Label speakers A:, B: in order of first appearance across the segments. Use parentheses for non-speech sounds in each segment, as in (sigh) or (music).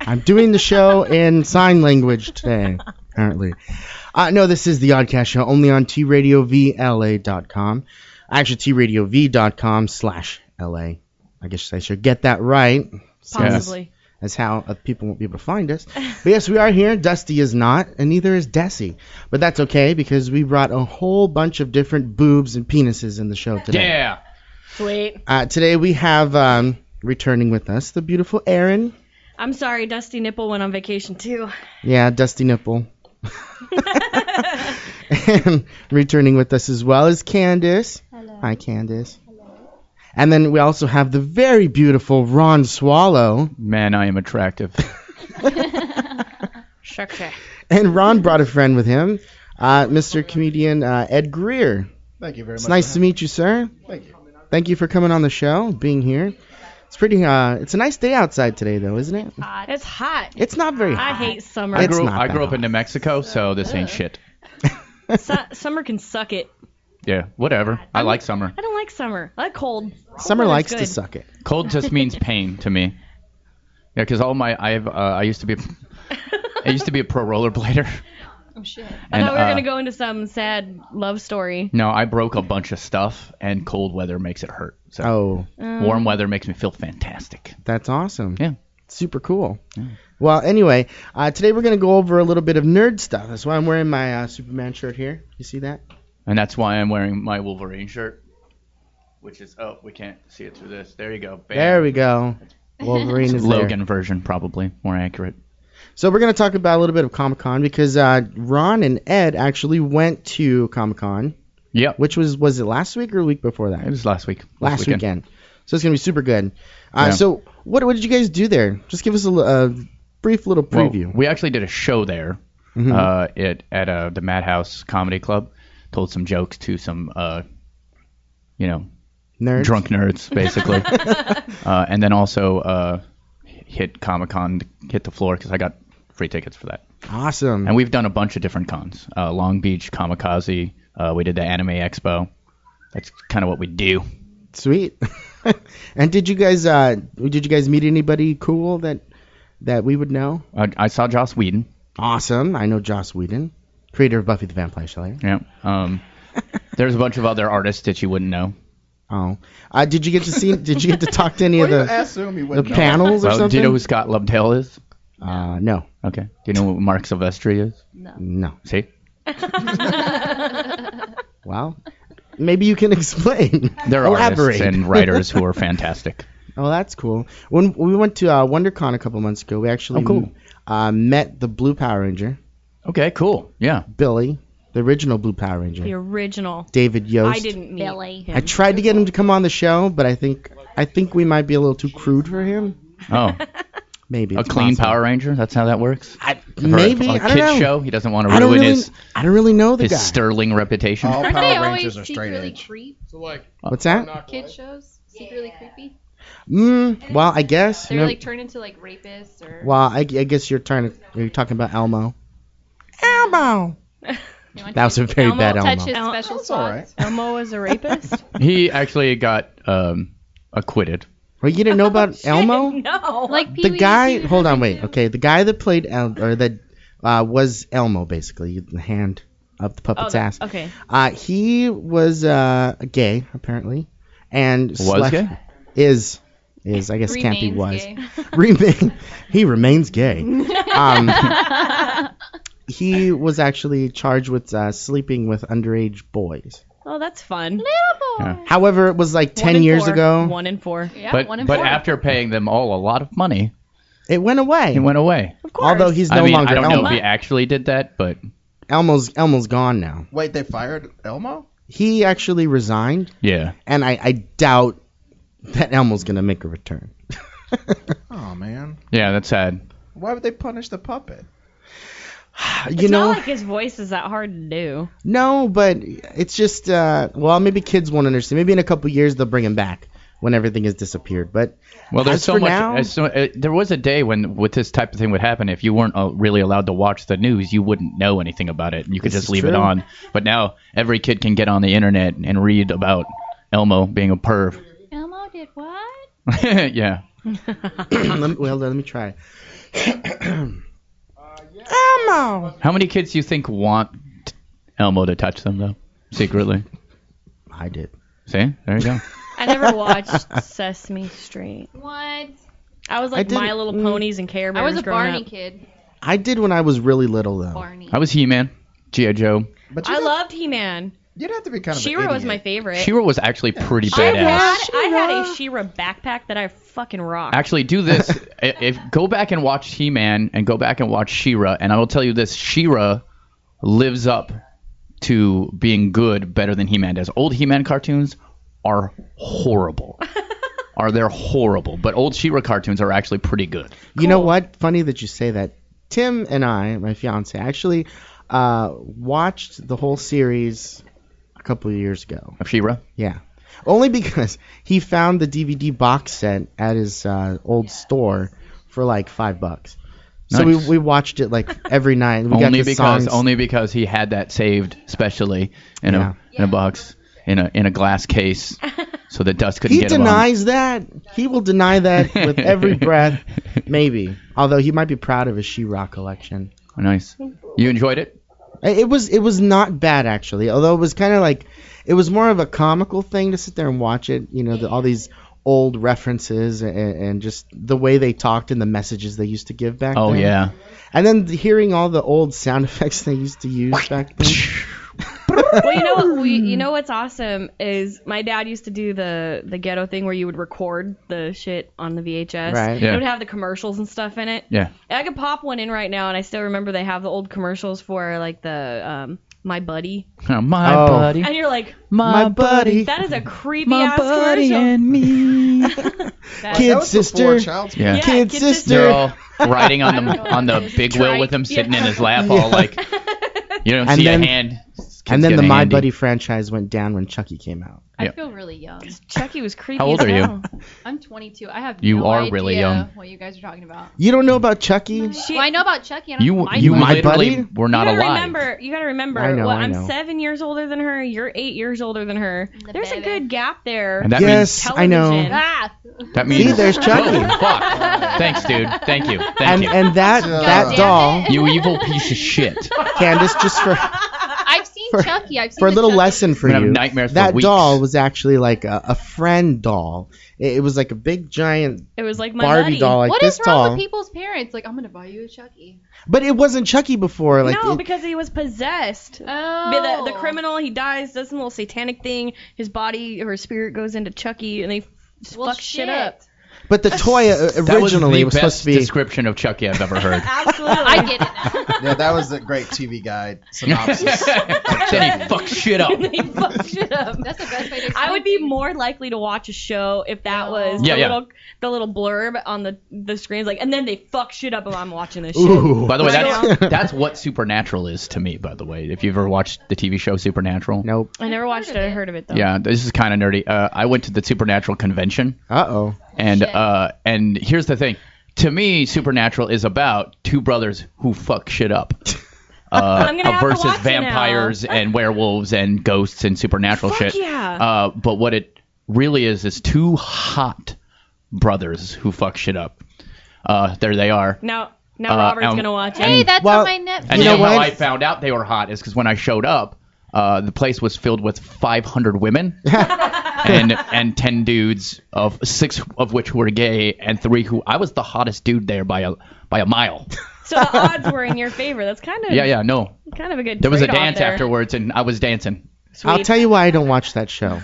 A: I'm doing the show in sign language today, apparently. Uh, no, this is the Oddcast Show, only on tRadioVLA.com. Actually, tRadioV.com slash LA. I guess I should get that right. So
B: Possibly.
A: That's how uh, people won't be able to find us. But yes, we are here. Dusty is not, and neither is Desi. But that's okay because we brought a whole bunch of different boobs and penises in the show today.
C: Yeah.
B: Sweet.
A: Uh, today we have um, returning with us the beautiful Erin.
B: I'm sorry, Dusty Nipple went on vacation too.
A: Yeah, Dusty Nipple. and returning with us as well is Candace. Hello. Hi, Candace. Hello. And then we also have the very beautiful Ron
B: (laughs)
A: Swallow.
C: Man, I am (laughs) attractive.
B: Sure, sure.
A: And Ron brought a friend with him, uh, Mr. Comedian uh, Ed Greer.
D: Thank you very
A: It's
D: much.
A: nice to meet you, sir.
D: Thank you.
A: Thank you for coming on the show, being here. It's pretty. Uh, it's a nice day outside today, though, isn't it?
B: It's hot.
A: It's not very.
B: I
A: hot.
B: hate summer.
C: I
A: It's
C: grew,
A: not
C: I
A: that
C: grew up
A: hot.
C: in New Mexico, so this ain't shit.
A: (laughs)
B: Su- (laughs) summer can suck it.
C: Yeah, whatever. I like summer.
B: I don't like summer. I like cold.
A: Summer
B: Weather's
A: likes to
B: good.
A: suck it.
C: Cold just means pain to me. Yeah, 'cause all my I have uh, I used to be I used to be a pro
B: (laughs)
C: rollerblader.
E: Oh shit.
B: (laughs) I
C: And,
B: thought we were
C: uh,
B: gonna go into some sad love story.
C: No, I broke a bunch of stuff, and cold weather makes it hurt. So
A: Oh,
B: Um,
C: warm weather makes me feel fantastic.
A: that's awesome.
C: Yeah.
A: super cool. Well, anyway, uh, today we're gonna go over a little bit of nerd stuff. That's why I'm wearing my uh, Superman shirt here. You see that?
C: And that's why I'm wearing my Wolverine shirt, which is oh we can't see it through this. There you go. Bam.
A: There we
C: (laughs)
A: go. Wolverine is there.
C: Logan version probably more accurate.
A: So we're gonna talk about a little bit of Comic Con because uh, Ron and Ed actually went to Comic Con,
C: Yep.
A: which was was it last week or the week before that?
C: It was last week.
A: last weekend. So it's gonna be super good. Uh,
C: Yeah.
A: So what what did you guys do there? Just give us a, l- a brief little
C: Well,
A: preview. Mm-hmm.
C: we actually did a show there uh, it, at uh, the Madhouse Comedy Club. Told some jokes to some, uh, you know,
A: Nerds. (laughs)
C: drunk nerds, basically. uh, and then also uh, hit Comic Con, hit the floor, because I got free tickets for
A: Mm-hmm.
C: that.
A: Awesome.
C: And we've done a bunch of different cons uh, Long Beach, Kamikaze. Uh, we did the Anime Expo. That's kind of what we do.
A: Sweet. (laughs) and did you guys uh did you guys meet anybody cool that that we would know?
C: I, I saw Joss Whedon.
A: Awesome. I know Joss Whedon, creator of Buffy the Vampire Slayer.
C: Yeah.
A: (laughs)
C: Um, there's a bunch of other artists that you wouldn't know.
A: Oh. Uh, did you get to see did you get to talk to any of
D: (laughs) What do you
A: the
D: assume he
A: the
D: wouldn't know?
A: panels or
C: Well, do
A: something?
C: you know who Scott Lobdell is?
A: uh no.
C: Okay. Do you know what Mark Silvestri is?
A: No.
C: See?
A: Well, maybe you can (laughs) explain.
C: There are
A: Elaborate.
C: artists and writers who are fantastic.
A: Oh, that's cool. When we went to uh, WonderCon a couple months ago, we actually
C: Oh, cool.
A: uh, met the Blue Power Ranger,
C: (laughs) Okay, cool. (laughs) Yeah.
A: Billy, the original Blue Power Ranger,
B: The original.
A: David Yost.
B: I didn't meet
E: Billy.
A: I tried to get him to come on the show, but I think I think we might be a little too crude for him.
C: Oh,
A: Maybe
C: a
A: it's
C: clean
A: possible.
C: Power Ranger? That's how that works?
A: I,
C: For a-
A: maybe
C: a,
A: I don't
C: kid's
A: know.
C: show? He doesn't want to
A: I
C: ruin
A: don't really.
C: his,
A: I don't really know the guy. Oh.
C: his sterling reputation.
D: All
E: Aren't they
D: Power
E: always
D: Rangers are straight
E: secretly
D: edge.
E: creepy?
A: What's that?
E: Kid shows secretly creepy.
A: Mm, well, I guess.
E: They're
A: you know-
E: like turned into like rapists or.
A: well, I, I guess you're trying to. You're talking about Elmo. Elmo.
E: You know,
A: That was a very
B: Elmo
A: bad
E: touch
A: Elmo.
E: his
B: Elmo.
E: special
D: That's all right.
B: (laughs)
E: spots.
A: (laughs)
B: Elmo is a rapist.
C: (laughs) He actually got um, acquitted.
A: Well, you didn't know
B: (laughs)
A: about Elmo?
B: no.
E: Like Pee
A: the
E: Wee
A: guy
E: Herman
A: hold on wait
E: too.
A: okay the guy that played El- or that uh, was elmo basically the hand up the puppet's
B: Oh, that-
A: ass
B: okay.
A: uh, he was uh, gay apparently and was
C: gay?
A: is is i guess can't be
E: Remains
A: was (laughs)
E: gay.
A: Remain, he remains
B: (laughs)
A: gay um, he was actually charged with uh, sleeping with underage boys
B: Oh, that's fun.
C: Yeah.
A: however it was like 10
B: One in
A: years
B: four.
A: ago
B: One in four.
E: Yeah,
C: But,
E: one in
C: but
E: four.
C: after paying them all a lot of money,
A: it went away
C: he went away.
B: Of course.
A: although he's no
C: I mean,
A: longer
C: I don't
A: elmo
C: know if he actually did that, but
A: elmo's elmo's gone now
D: Wait, they fired Elmo?
A: he actually resigned
C: yeah.
A: and I, I doubt that Elmo's gonna make a return. (laughs)
D: Oh man,
C: Yeah, that's sad.
D: why would they punish the puppet?
A: You
B: it's
A: know,
B: not like his voice is that hard to do.
A: no, but it's just uh, well, maybe kids won't understand. Maybe in a couple years they'll bring him back when everything has disappeared. But (clears throat)
C: Well, there's
A: As
C: so
A: for
C: much.
A: now-
C: as so, uh, there was a day when, with this type of thing would happen, if you weren't uh, really allowed to watch the news, you wouldn't know anything about it. You could
A: This
C: just
A: is
C: leave it
A: true.
C: on. But now every kid can get on the internet and read about Elmo being a perv. (laughs)
E: Elmo did what?
C: yeah.
B: (laughs)
A: let me, well, let me try. Elmo.
C: How many kids do you think want Elmo to touch them though, secretly?
A: I did.
C: See, there you go.
B: I never watched Sesame Street.
E: What?
B: I was
A: I
B: like
A: didn't-
B: My Little Ponies and Care
E: I
B: Bears.
E: was a
B: growing
E: Barney
B: up.
E: kid.
A: (laughs) I did when I was really little though.
E: Barney.
C: I was He-Man, GI Joe.
D: But
B: I
D: you'd-
B: loved He-Man.
D: You'd have to be kind of.
B: She-Ra
D: an
B: was my
D: idiot.
B: favorite.
C: Shira was actually pretty
B: I
C: badass.
B: had, I had a She-Ra backpack that I fucking rocked.
C: Actually, do this. I- if go back and watch He-Man and go back and watch She-Ra, and I will tell you this: She-Ra lives up to being good better than He-Man does. Old He-Man cartoons are horrible. are they're horrible? But old She-Ra cartoons are actually pretty good.
A: You know
B: Cool.
A: what? Funny that you say that. Tim and I, my fiance, actually uh, watched the whole series a couple of years ago.
C: Of She-Ra,
A: Yeah. Only because he found the DVD box set at his uh, old store for like five bucks. So
C: Nice.
A: we, we watched it like every night. We got
C: only
A: the
C: because
A: songs.
C: only because he had that saved specially in
A: Yeah.
C: a in a box in a in a glass case, so that dust couldn't
A: he
C: get
A: denies that. He will deny
C: (laughs)
A: that with every breath. Maybe, although he might be proud of his She-Ra collection.
C: him. Nice. You enjoyed it?
A: It it was it was not bad actually. Although it was kind of like it was more of a comical thing to sit there and watch it. You know, the, all these old references and, and just the way they talked and the messages they used to give back.
C: Oh
A: then.
C: yeah.
A: And then hearing all the old sound (laughs) effects they used to use back
C: (laughs)
A: then.
B: well, you know, what we, you know what's awesome is my dad used to do the the ghetto thing where you would record the shit on the VHS.
A: Right.
C: Yeah.
B: It would have the commercials and stuff in it.
C: Yeah.
B: And I could pop one in right now, and I still remember they have the old commercials for like the um, my buddy,
C: Oh, my
A: Oh.
C: buddy.
B: and you're like,
A: My buddy.
B: that is a creepy ass commercial.
C: me. (laughs)
B: (laughs) That-
A: Kid
D: That was before
A: sister.
D: Child's
C: Yeah.
B: yeah,
A: Kid sister. (laughs)
C: They're all riding on
E: I
C: the
E: don't know.
C: on the big wheel with him,
B: Trike.
C: sitting in
B: Yeah.
C: his lap, all like you don't
A: And
C: see
A: then-
C: a hand. Kids
A: and then
C: get
A: the My
C: handy.
A: Buddy franchise went down when Chucky came out.
E: I
C: Yeah.
E: feel really young.
B: (laughs) Chucky was creepy.
C: How old
B: as
C: are you?
B: hell.
E: I'm 22. I have
C: You
E: no
C: are
E: idea
C: really young.
E: what you guys are talking about.
A: You don't know about Chucky?
B: She-
E: Well, I know about Chucky. And I don't
C: You
E: know
C: you
A: My
C: literally
A: buddy?
C: were not
B: you gotta
C: alive.
B: remember. You gotta remember.
A: I know,
B: well,
A: I
B: I'm
A: know.
B: seven years older than her. You're eight years older than her.
E: The
B: There's a
E: baby.
B: good gap there.
C: And that
A: yes, I know.
B: Television.
E: Ah!
C: means that means
A: See, there's Chucky.
C: Whoa, fuck. Thanks, dude. Thank you. Thank
A: And
C: you.
A: and
C: (laughs)
A: that
D: Yeah.
A: that
E: Damn
A: doll,
E: it.
C: you evil piece
A: (laughs)
C: of shit.
A: Candace, just for
E: I've
A: (laughs)
E: seen
A: For-
E: Chucky. I've seen
A: for a
E: the
A: little
E: Chucky.
A: lesson for
C: I'm gonna have
A: you.
C: nightmares for
A: That
C: weeks.
A: doll was actually like a, a friend doll. It, it was like a big giant
B: It was like my
A: Barbie
B: buddy.
A: doll, like
E: what
A: this
E: is wrong
A: tall.
E: with people's parents? Like, I'm gonna buy you a Chucky.
A: But it wasn't Chucky before. Like
B: no,
A: it-
B: because he was possessed.
E: Oh,
B: But The, the criminal, he dies, does some little satanic thing. His body or his spirit goes into Chucky, and they f
E: Well,
B: fuck shit up.
A: but the toy uh,
C: (laughs) That was
A: originally
C: the
A: was,
C: best
A: supposed to be.
C: description of Chucky (laughs) I've ever heard.
B: (laughs) Absolutely.
E: I get it. Now.
C: (laughs)
D: Yeah, that was a great TV guide synopsis.
C: then he fucks
B: (laughs)
C: shit up.
B: they fuck shit up.
E: That's the best way
B: (laughs) I
E: to. explain
B: would be more likely to watch a show if that was
C: Yeah,
B: the
C: yeah.
B: little the little blurb on the the screens like, and then they fuck shit up while I'm watching this shit.
A: Ooh. (laughs)
C: By the way,
B: Right
C: that's,
A: on.
C: that's what Supernatural is to me. By the way, if you've ever watched the TV show Supernatural,
A: Nope.
B: I never
E: I've
B: watched
E: heard
B: it.
E: of
B: I
E: it.
B: heard of it though.
C: yeah, this is kind of nerdy. Uh, I went to the Supernatural convention,
A: Uh oh.
C: and
E: Shit.
C: uh, and here's the thing. To me, Supernatural is about two brothers who fuck
B: (laughs)
C: shit up. Uh,
B: I'm gonna
C: uh,
B: have to
C: versus
B: watch it now.
C: vampires and werewolves and ghosts and supernatural
B: Fuck
C: shit.
B: yeah.
C: Uh, but what it really is is two hot brothers who fuck shit up. Uh, there they are.
B: Now now
C: Uh,
B: Robert's
C: um,
B: gonna watch
E: Hey,
B: it.
E: that's
A: Well,
E: on my Netflix.
C: And
A: You
C: you know,
A: know
C: how
A: what?
C: I found out they were hot is because when I showed up, uh, the place was filled with 500 women and and 10 dudes of six of which were gay and three who I was the hottest dude there by a by a mile.
B: So the odds were in your favor. That's kind of
C: Yeah, yeah, no.
B: kind of a good.
C: There was a
B: trade-off
C: dance
B: there.
C: afterwards and I was dancing.
B: Sweet.
A: I'll tell you why I don't watch that show.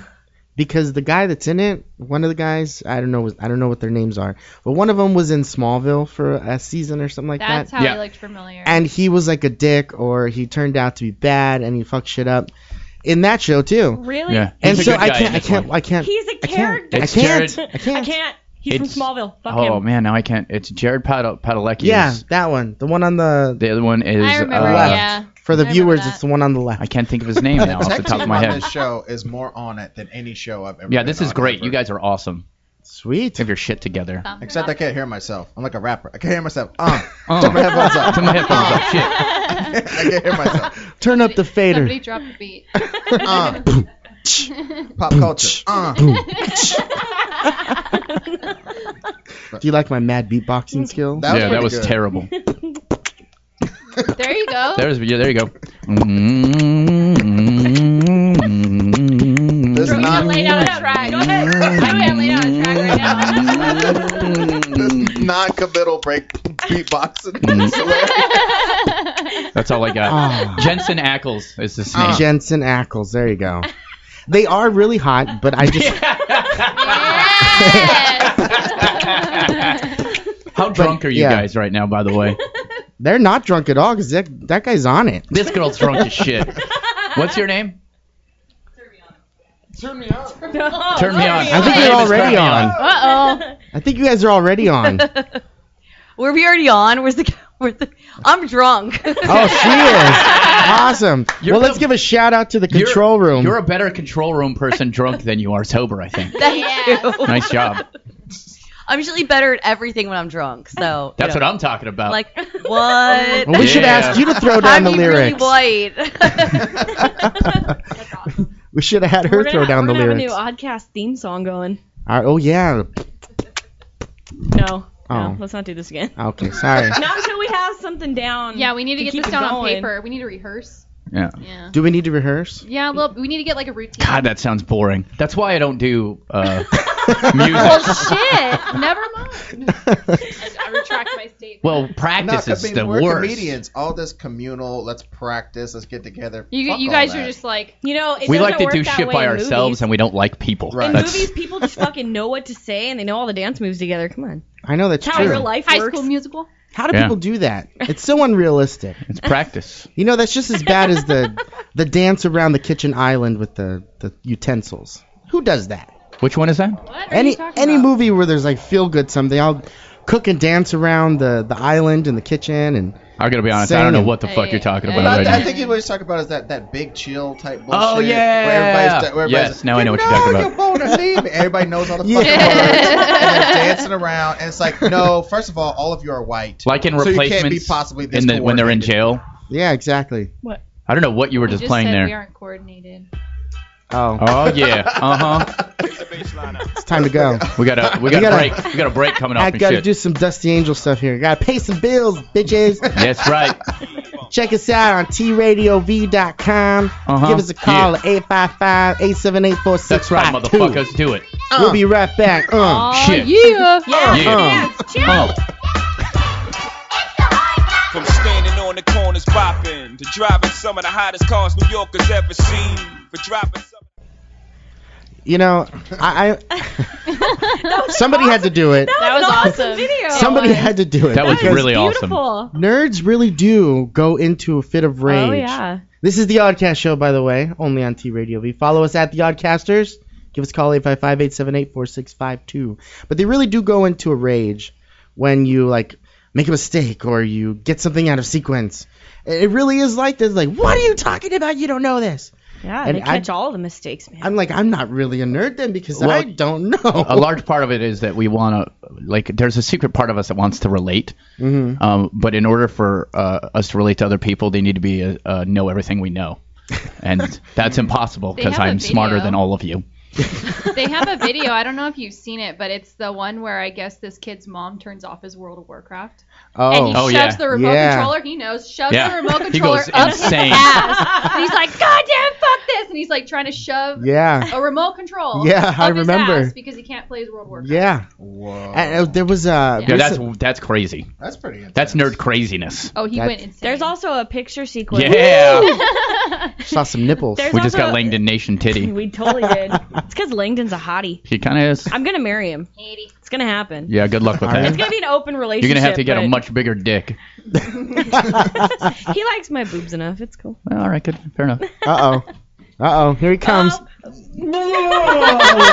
A: Because the guy that's in it, one of the guys, I don't know, I don't know what their names are, but one of them was in Smallville for a season or something like
E: That's
A: that,
E: how
C: Yeah.
E: he looked familiar.
A: and he was like a dick, or he turned out to be bad, and he fucked shit up in that show too.
B: Really?
C: Yeah.
A: And
C: He's a
A: so
C: good
A: I
C: guy in
A: can't, I
C: this
A: can't,
C: one.
A: I can't.
B: He's a
A: I can't.
B: character.
A: I
C: It's
A: can't.
C: Jared-
A: I can't.
B: (laughs) I can't. He's
C: It's-
B: from Smallville. Fuck (laughs)
C: Oh
B: him.
C: man, (laughs) now I can't. It's Jared Pad- Padalecki.
A: Yeah, that one, the one on the
C: The other one is
E: I remember.
C: uh,
E: yeah.
A: For the
E: I remember
A: viewers,
E: that.
A: it's the one on the left.
C: I can't think of his
D: (laughs)
C: name now off the
D: Tech
C: top of
D: team
C: my
D: on
C: head.
D: This show is more on it than any show I've ever.
C: Yeah,
D: been
C: this is
D: on
C: great.
D: ever.
C: You guys are awesome.
A: Sweet.
C: (laughs) Have your shit together.
E: Thumb
D: Except I
E: thumb.
D: can't hear myself. I'm like a rapper. I can't hear myself. Um,
C: Oh,
D: turn my
C: (laughs)
D: headphones up.
C: Turn my
D: (laughs)
C: headphones up.
E: (laughs)
C: Shit.
D: I can't hear
B: (laughs)
D: myself.
A: (laughs) Turn up the fader.
E: Somebody dropped the beat. (laughs)
D: Um, Uh, pop culture. Uh.
A: Do you like my mad beatboxing skill?
D: That was
C: yeah, that
D: pretty
C: was
D: good. (laughs)
C: terrible.
E: There you go.
C: There's yeah, there you go.
D: This
E: Bro, you
D: not-
E: gotta lay down a track. Go ahead. I can't lay down a track right now.
D: This
A: (laughs)
D: non-committal break
C: Mm-hmm.
D: beatboxing. is hilarious.
C: That's all I got.
A: Ah.
C: Jensen Ackles is his
B: Oh.
C: name.
A: Jensen Ackles. There you
B: (laughs)
A: go. They are really hot, but I just
E: yes.
C: How drunk are you
A: yeah.
C: guys right now, by the way?
A: they're not drunk at all because that, that guy's on it.
C: This girl's drunk as shit. What's your name?
A: (laughs)
C: Turn me on.
A: I think
C: My
A: you're
C: name is
A: already
C: Turn Me
A: on.
F: Uh
A: I think you guys are already
B: (laughs)
A: on.
F: oh. (laughs) Were we already on? Where's the? Where's the? I'm drunk.
A: Oh, she
F: (laughs)
A: is awesome.
C: You're
A: well, let's
C: the-
A: give a shout out to the
C: You're-
A: control room.
C: You're a better control room person drunk than you are sober, I think.
F: Thank
E: Yeah.
F: you.
C: Nice job.
F: I'm usually better at everything when I'm drunk. So
C: That's
F: you
C: what
F: know,
C: I'm talking about.
F: like. What?
A: well, we should
C: Yeah.
A: ask you to throw down the
F: I'm really
A: lyrics.
F: (laughs)
A: (laughs)
E: (laughs)
F: white.
A: we should have had her
B: We're gonna,
A: throw down
B: we're
A: the
B: gonna
A: lyrics.
B: have a new Oddcast theme song going.
A: All right, oh yeah.
B: No.
A: Oh.
B: No, let's not do this again.
A: Okay,
B: (laughs)
A: sorry.
B: Not until we have something down.
F: (laughs)
E: Yeah, we need to get
B: keep
E: this
B: it
E: down on
B: going.
E: paper. We need to rehearse.
C: yeah.
E: Yeah.
A: Do we need to
B: (laughs)
A: rehearse? (laughs)
E: Yeah, well, we need to get like a routine.
C: God, that sounds boring. That's why I don't do uh,
E: Well,
C: music.
E: (laughs) shit. Never mind. I, I retract my statement.
C: Well,
D: No,
C: practice
D: 'cause,
C: is
D: I mean,
C: the
D: we're
C: worst.
D: comedians. All this communal, let's practice, let's get together.
E: you
D: Fuck
E: you
D: all
E: guys
D: that.
E: are just like,
B: You know, it
C: we
B: doesn't
C: like to
B: work
C: do
B: that
C: shit
B: way
C: by
B: in
C: ourselves,
B: movies.
C: and we don't like people.
D: Right.
B: In
C: That's
B: movies, people
C: (laughs)
B: just fucking know what to say and they know all the dance moves together. Come on.
A: I know that's
B: That's how
A: true.
B: real life
E: High
B: works.
E: School Musical.
A: How do
C: Yeah.
A: people do that? It's so unrealistic.
C: it's practice.
A: You know, that's just as bad as
E: (laughs)
A: the the dance around the kitchen island with the, the utensils. Who does that?
C: Which one is that?
E: What are you
A: Any
E: talking
A: any
E: about?
A: movie where there's like feel good something, I'll cook and dance around the, the island and the kitchen and
C: I gotta be honest. I don't know
A: Same.
C: what the fuck you're talking
E: Hey,
C: about
D: But I,
C: right
D: I
C: now.
D: think what he's talking about is that, that big chill type bullshit.
C: Oh, yeah.
D: Where everybody's, ta- where everybody's
C: Yes, now I know what you're talking about.
D: You're born to
C: (laughs)
D: leave. Everybody knows all the fucking
A: Yeah.
D: words. And they're dancing around. And it's like, no, first of all, all of you are white.
C: Like in
D: So you can't be
C: replacements,
D: possibly this
C: in the, when they're in
D: coordinated.
C: jail.
A: yeah, exactly.
C: I don't know what you were
E: You
C: just, playing
E: said
C: there.
E: We aren't coordinated.
A: Oh,
C: Oh
B: (laughs)
D: (laughs)
C: yeah. Uh huh.
A: it's time to
C: (laughs)
A: go.
C: We got a we got
A: We
C: a
A: gotta-
D: (laughs)
C: break. We got a break coming up
A: I
C: and
A: gotta
C: shit.
A: do some Dusty Angel stuff here. Gotta pay some bills,
C: (laughs)
A: bitches.
C: That's right.
A: Check us out on tradiov.com.
C: Uh-huh.
A: Give us a call
C: Yeah.
A: at 855 878
C: That's right, motherfuckers. Do it.
A: We'll be right back. Uh.
C: Shit.
E: Yeah.
B: Oh, Yeah.
C: Yeah. Oh.
G: From standing on the corners bopping to driving some of the hottest cars New Yorkers ever seen. For dropping some.
A: You know, I, I somebody had to do it.
B: That was awesome.
A: Somebody had to do it.
C: That was
A: because
C: really awesome.
B: Beautiful.
A: Nerds really do go into a fit of rage.
B: Oh yeah.
A: This is the Oddcast Show, by the way, only on T Radio V. Follow us at the Oddcasters. Give us a call 855-878-4652. But they really do go into a rage when you like make a mistake or you get something out of sequence. It it really is like this. Like, what are you talking about? You don't know this.
B: Yeah,
A: And
B: they
A: I-
B: catch all the mistakes, man.
A: I'm like, I'm not really a nerd then because
C: Well,
A: I don't know.
C: (laughs) a large part of it is that we want to like there's a secret part of us that wants to relate um, but in order for uh, us to relate to other people they need to be uh, uh, know everything we know and that's impossible
E: They
C: because
E: have a
C: i'm smarter
E: video.
C: than all of you
E: they have a video. I don't know if you've seen it, but it's the one where I guess this kid's mom turns off his World of Warcraft.
C: (laughs)
E: And
A: (laughs)
E: he
A: oh,
C: Oh,
E: shoves
C: yeah.
E: the remote
A: Yeah.
E: controller. He knows. Shoves
C: Yeah.
E: the remote
C: He
E: controller
C: goes
E: up
C: insane.
E: his ass. And he's like, God damn, fuck this. And he's like trying to shove
A: yeah,
E: a remote control.
A: Yeah,
E: up
A: I
E: his
A: remember.
E: ass because he can't play his World of Warcraft.
A: yeah.
D: Whoa.
A: And, uh, there was a
E: Yeah,
C: yeah,
A: recent-
C: that's that's crazy
D: That's pretty intense.
C: that's nerd craziness
E: Oh, he
A: That's-
E: went insane.
B: There's also a picture sequence.
C: yeah (laughs)
A: saw some nipples.
B: There's
C: we just got
B: also-
C: langdon nation
B: (laughs)
C: titty
B: We totally did.
A: (laughs)
B: It's because Langdon's a hottie.
C: he kind of is
B: I'm gonna marry him.
E: Katie.
B: It's gonna happen.
C: yeah good luck with
B: It's
C: that
B: gonna be an open
C: you're
B: relationship.
C: gonna have to get a
B: but
C: much bigger dick
D: (laughs)
B: (laughs) He likes my boobs enough. It's cool.
C: Well, all right good fair enough
A: Uh
B: (laughs)
A: oh. Uh oh. Here he
B: Um,
A: comes.
E: (laughs)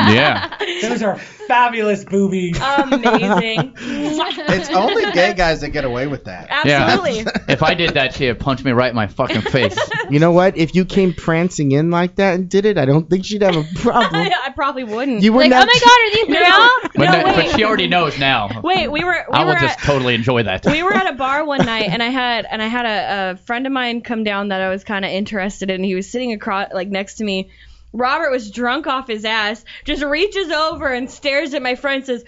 C: yeah
H: Those are fabulous boobies. (laughs)
B: Amazing.
D: It's only
E: (laughs)
D: gay guys that get away with that.
B: Absolutely.
C: if i did that she'd punch me right in my fucking
B: (laughs)
C: face
A: You know what? If you came prancing in like that and did it, I don't think she'd have a problem.
B: (laughs) I probably wouldn't.
A: You
E: Like,
A: wouldn't
E: oh
A: have
E: my God, are these girls?
C: but,
B: No,
C: no- but
B: wait.
C: she already knows now
B: Wait, we were we
C: I will
B: were
C: just
B: at,
C: totally enjoy that.
B: we were at a bar one night, and I had and I had a, a friend of mine come down that I was kind of interested in. He was sitting across like next to me, Robert was drunk off his ass, just reaches over and stares at my friend and says,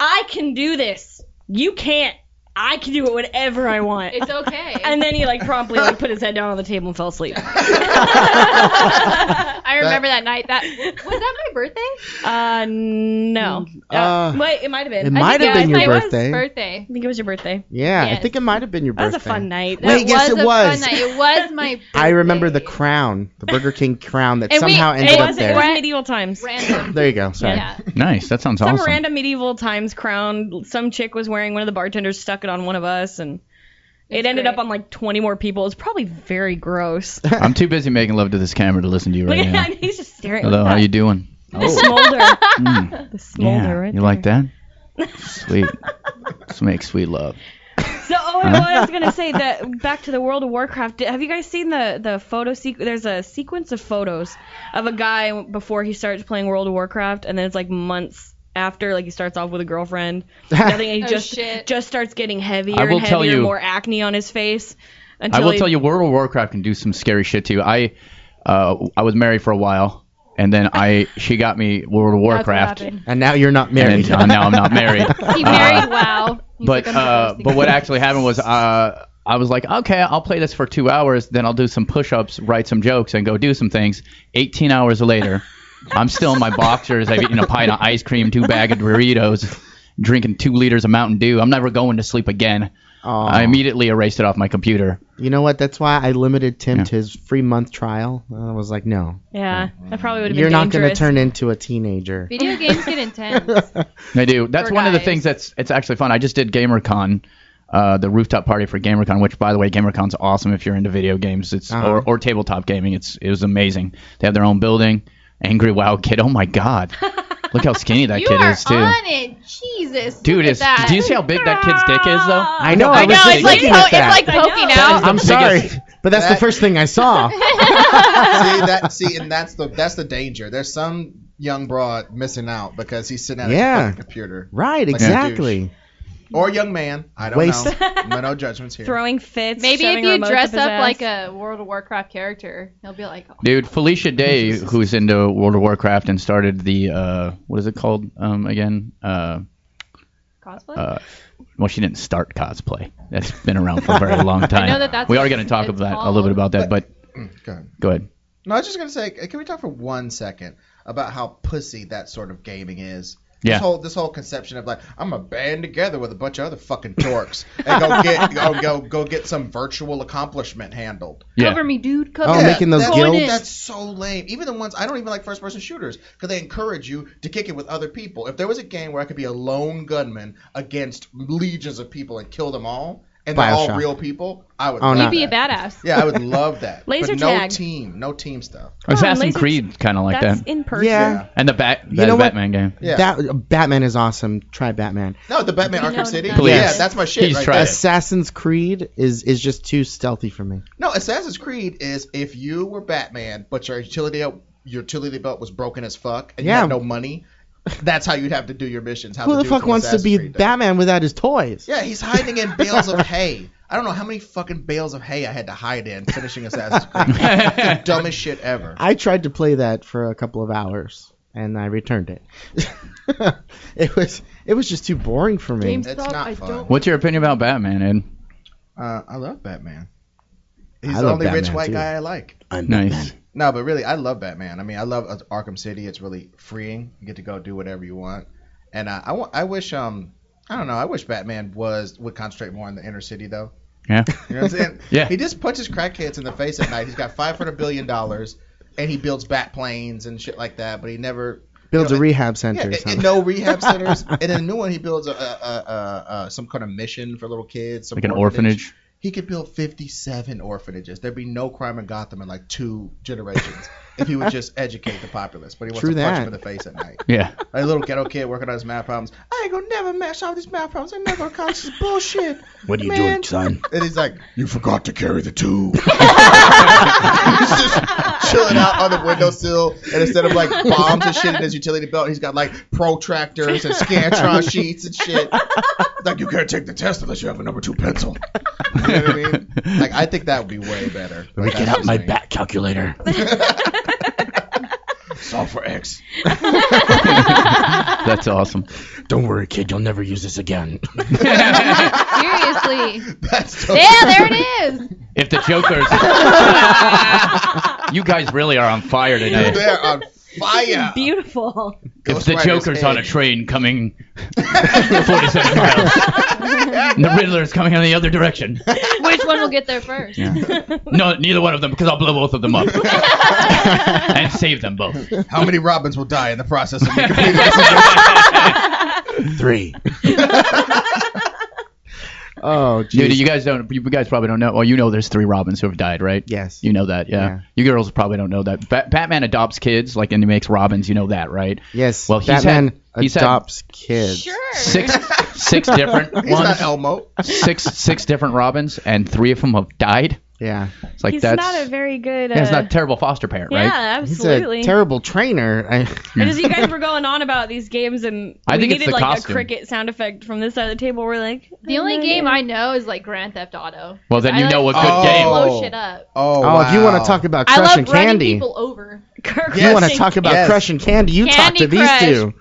B: I can do this. You can't. I can do it whenever I want.
E: It's okay.
B: and then he like promptly like put his head down on the table and fell
E: (laughs)
B: asleep.
D: (laughs)
E: I remember that, night. That was that my birthday.
B: Uh, no.
A: Uh,
B: Wait, it might have been.
A: it
B: I
A: might
B: think-
A: have
E: yeah,
A: been
E: it
A: your
E: was
A: birthday.
E: Birthday.
B: think it was your birthday.
A: yeah, I
E: Yes.
A: think it might have been your
B: That
A: birthday.
B: was a fun night.
A: Wait,
E: That
A: yes, it
E: was a
A: was.
E: Fun night. It was my. Birthday.
A: (laughs) I remember the crown, the Burger King crown that
E: And we-
A: somehow
E: it
A: ended
B: it
A: up
B: was, it was
A: there.
B: medieval times.
E: Random.
A: There you go. Sorry.
C: (laughs)
E: Yeah.
C: Nice. That sounds
B: Some
C: awesome.
B: random medieval times crown. Some chick was wearing one of the bartenders stuck it on one of us, and it
E: It's
B: ended
E: great.
B: up on like 20 more people. It's probably very gross.
C: I'm too busy making love to this camera to listen to you
B: (laughs) Look
C: right
B: at
C: now.
B: that. (laughs) He's just staring.
C: Hello,
B: like
C: how
B: that.
C: you doing?
B: The
C: (laughs)
B: smolder.
C: Mm,
B: The smolder,
C: yeah,
B: right?
C: you like that?
B: (laughs)
C: Sweet. Let's make sweet love.
B: So, oh, and what I was
C: (laughs)
B: gonna say that back to the World of Warcraft. Have you guys seen the the photo? Sequ- there's a sequence of photos of a guy before he starts playing World of Warcraft, and then it's like months after, like he starts off with a girlfriend.
C: (laughs)
B: Nothing. and he
E: Oh,
B: just
E: shit.
B: just starts getting heavier
C: I will
B: and
C: tell
B: heavier,
C: you-
B: more acne on his face.
C: I
B: Until
C: will
B: he-
C: tell you, World of Warcraft can do some scary shit to you. I, uh, I was married for a while, and then I she got me World of
E: That's what
C: Warcraft,
E: happened.
A: (laughs) And now you're not married.
C: and uh, now I'm
A: (laughs)
C: not married. Uh,
E: He married. wow. He's
C: but
E: like, I'm not
C: uh,
E: listening.
C: but what actually happened was uh, I was like, okay, I'll play this for two hours, then I'll do some push-ups, write some jokes, and go do some things. 18 hours
E: (laughs)
C: later, I'm still in my boxers. I've eaten a pint of ice cream, two bag of Doritos, drinking two liters of Mountain Dew. I'm never going to sleep again.
A: Uh, Aw.
C: I immediately erased it off my computer.
A: you know what? That's why I limited Tim
C: Yeah.
A: to his free month trial. I was like, no,
B: Yeah, that probably would have been
A: you're not going to
B: dangerous.
A: turn into a teenager.
E: Video games
A: (laughs)
E: get intense.
C: I do. That's
E: For
C: one of the
E: guys.
C: things that's it's actually fun. I just did GamerCon, uh, the rooftop party for GamerCon, which by the way, GamerCon's awesome if you're into video games. It's
A: Uh-huh.
C: or, or tabletop gaming. It's it was amazing. They have their own building. Angry Wow Kid. Oh my
E: (laughs)
C: God. Look how skinny that
E: you
C: kid
E: are
C: is too.
E: on it, Jesus.
C: Dude,
E: look at
C: is
E: that.
C: do you see how big that kid's dick is though?
A: I know.
C: I
A: I, was
C: know,
A: just
C: it's like oh,
A: looking
E: po-
A: at that.
E: it's like poking
C: That is
E: out.
C: the
A: I'm sorry,
C: biggest-
A: but that's the
D: That-
A: first thing I
C: (laughs)
A: saw.
D: (laughs) see that see and that's the that's the danger there's some young broad missing out because he's sitting at
A: Yeah.
D: a fucking computer
A: right,
D: Like a
A: exactly.
D: or young man i don't
A: Waste.
D: know no, no judgments here
B: throwing fits.
E: Maybe
B: shoving
E: if you
B: remotes
E: dress
B: his
E: up
B: ass.
E: like a World of Warcraft character, he'll be like, oh,
C: Dude, Felicia Day, who's into World of Warcraft and started the uh, what is it called um, again? Uh,
E: cosplay.
C: Uh, well, she didn't start cosplay. That's been around for a
E: (laughs)
C: very long time.
E: know that that's
C: we are
E: what
C: going to talk
E: it's
C: about a little bit about that, but
D: Mm, Go ahead.
C: go ahead.
D: no i was just gonna say can we talk for one second about how pussy that sort of gaming is
C: Yeah.
D: This whole this whole conception of like I'm a band together with a bunch of other fucking dorks and go get go go go get some virtual accomplishment handled.
C: Yeah.
E: Cover me, dude. Cover
A: Oh,
E: me.
A: making those
D: that's,
A: guilds?
D: That's so lame. Even the ones I don't even like first person shooters because they encourage you to kick it with other people. If there was a game where I could be a lone gunman against legions of people and kill them all, and they're all
A: Bioshock.
D: real people, I would.
A: Oh,
D: love
A: no.
E: You'd be a
D: that.
E: badass.
D: Yeah, I would
B: (laughs)
D: love that.
B: Laser
D: but no
B: tag.
D: team, no team stuff.
C: Assassin's
B: laser-
C: Creed kind of like
B: That's
C: that,
B: in person. (laughs)
C: (laughs)
A: Yeah.
C: and the bat,
A: You
C: that
A: know what?
C: Batman game.
D: Yeah.
A: That Batman is awesome. Try Batman.
D: no, the Batman
E: No,
D: Arkham City.
E: no,
C: no.
D: Yeah,
C: Please.
D: that's my shit.
C: Please
D: right
C: try
D: there.
C: it.
A: Assassin's Creed is is just too stealthy for me.
D: No, Assassin's Creed is if you were Batman, but your utility your utility belt was broken as fuck, and
A: Yeah.
D: you had no money. That's how you'd have to do your missions. How
A: Who the
D: dude
A: fuck
D: from
A: wants to
D: Assassin's
A: be
D: Creed does.
A: Batman without his toys?
D: Yeah, he's hiding in bales of hay. I don't know how many fucking bales of hay I had to hide in finishing Assassin's Creed. It's the
A: (laughs)
D: dumbest shit ever.
A: I tried to play that for a couple of hours and I returned it. (laughs) it was it was just too boring for me.
E: James-
D: It's
E: Stop,
D: not
E: I
D: fun.
C: (laughs)
E: don't-
C: What's your opinion about Batman, Ed?
D: Uh, I love Batman. He's
A: I
D: the
A: love
D: only rich
A: Batman,
D: white
A: too.
D: guy I like.
C: Nice.
D: No, but really, I love Batman. I mean, I love uh, Arkham City. It's really freeing. You get to go do whatever you want. And uh, I, wa- I wish um I don't know. I wish Batman was would concentrate more on the inner city though.
C: Yeah.
D: You know what I'm saying?
C: Yeah.
D: He just punches crackheads in the face at night. He's got 500 billion dollars, and he builds bat planes and shit like that. But he never
A: Builds
D: you
A: a
D: know,
A: rehab center
D: Yeah,
A: or
D: and- and
A: something. (laughs)
D: no rehab centers. and in a new one, he builds a, a, a, a, a some kind of mission for little kids, some
C: Like an orphanage.
D: He could build 57 orphanages. There'd be no crime in Gotham in like two
A: (laughs)
D: generations if he would just educate the populace. But he wants
A: True
D: to punch
A: that.
D: him in the face at night.
C: Yeah.
D: Like a little ghetto kid working on his math problems. I ain't gonna never mash all these math problems. I never accomplish this bullshit.
A: What are you
D: Man.
A: doing, son?
D: (laughs) And he's
A: (laughs)
D: like, You forgot to carry the two. he's just chilling out on the windowsill. And instead of like bombs and shit in his utility belt, he's got like
A: (laughs)
D: protractors and Scantron sheets and shit. Like, you can't take the test unless you have a number two pencil. You know what I mean?
C: (laughs)
D: Like, I think that would be way better. Like, that's just me.
A: calculator.
D: Sulfur X.
C: (laughs) That's awesome.
A: Don't worry, kid. You'll never use this again.
E: Seriously.
B: (laughs)
D: That's so
E: Yeah, there it is.
C: (laughs) If the
A: (laughs)
C: Joker's.
B: (laughs)
C: (laughs) you guys really are on fire
D: Dude,
C: tonight.
D: They're on fire.
B: Beautiful.
C: If the
D: Ghostwriter's
C: Joker's on a
D: edge.
C: train coming 47 miles,
D: (laughs)
C: and the Riddler's coming in the
A: (laughs)
C: other direction.
E: Which one will get there first?
C: No, neither one of them, because I'll blow both of
A: (laughs)
C: them up and save them both.
D: How many Robins will die in the process
B: (laughs)
C: (laughs)
D: of Wikipedia?
A: Three. oh, geez.
C: Dude, you guys don't. You guys probably don't know. Well, you know, there's three Robins who have died, right?
A: Yes.
C: You know that, yeah.
A: Yeah.
C: You girls probably don't know that. Ba- Batman adopts kids, like, and he makes Robins. You know that, right?
A: yes.
C: Well,
A: Well,
C: he's
A: Batman
C: had- he's had-
A: adopts kids.
C: Six, six different
D: He's not
C: ones.
D: Elmo.
C: Six, six different Robins, and three of them have died.
A: Yeah.
C: It's like
B: He's
C: that's.
B: not a very good. Uh,
C: yeah, it's not a terrible foster parent,
B: yeah,
C: right?
A: He's
B: absolutely.
A: a terrible trainer. I,
B: I just you guys were going on about these games and
C: I
B: we
C: think it's
B: needed
C: the
B: like
C: costume.
B: a cricket sound effect from this side of the table. We're like
E: The only game
B: (laughs)
E: I know is like Grand Theft Auto.
C: Well, then you
E: I,
C: know
E: like,
C: what good
D: Oh.
C: game.
E: Blow shit up.
D: Oh,
A: (laughs) oh,
D: wow.
A: if you want to talk about
E: I love
A: crushing
E: running
A: candy,
E: people over.
B: Kirk.
A: you
D: Yes.
A: want
B: (laughs)
A: to talk (laughs) about
D: Yes.
A: crushing candy, you
E: Candy
A: talk to
E: Crush.
A: these two.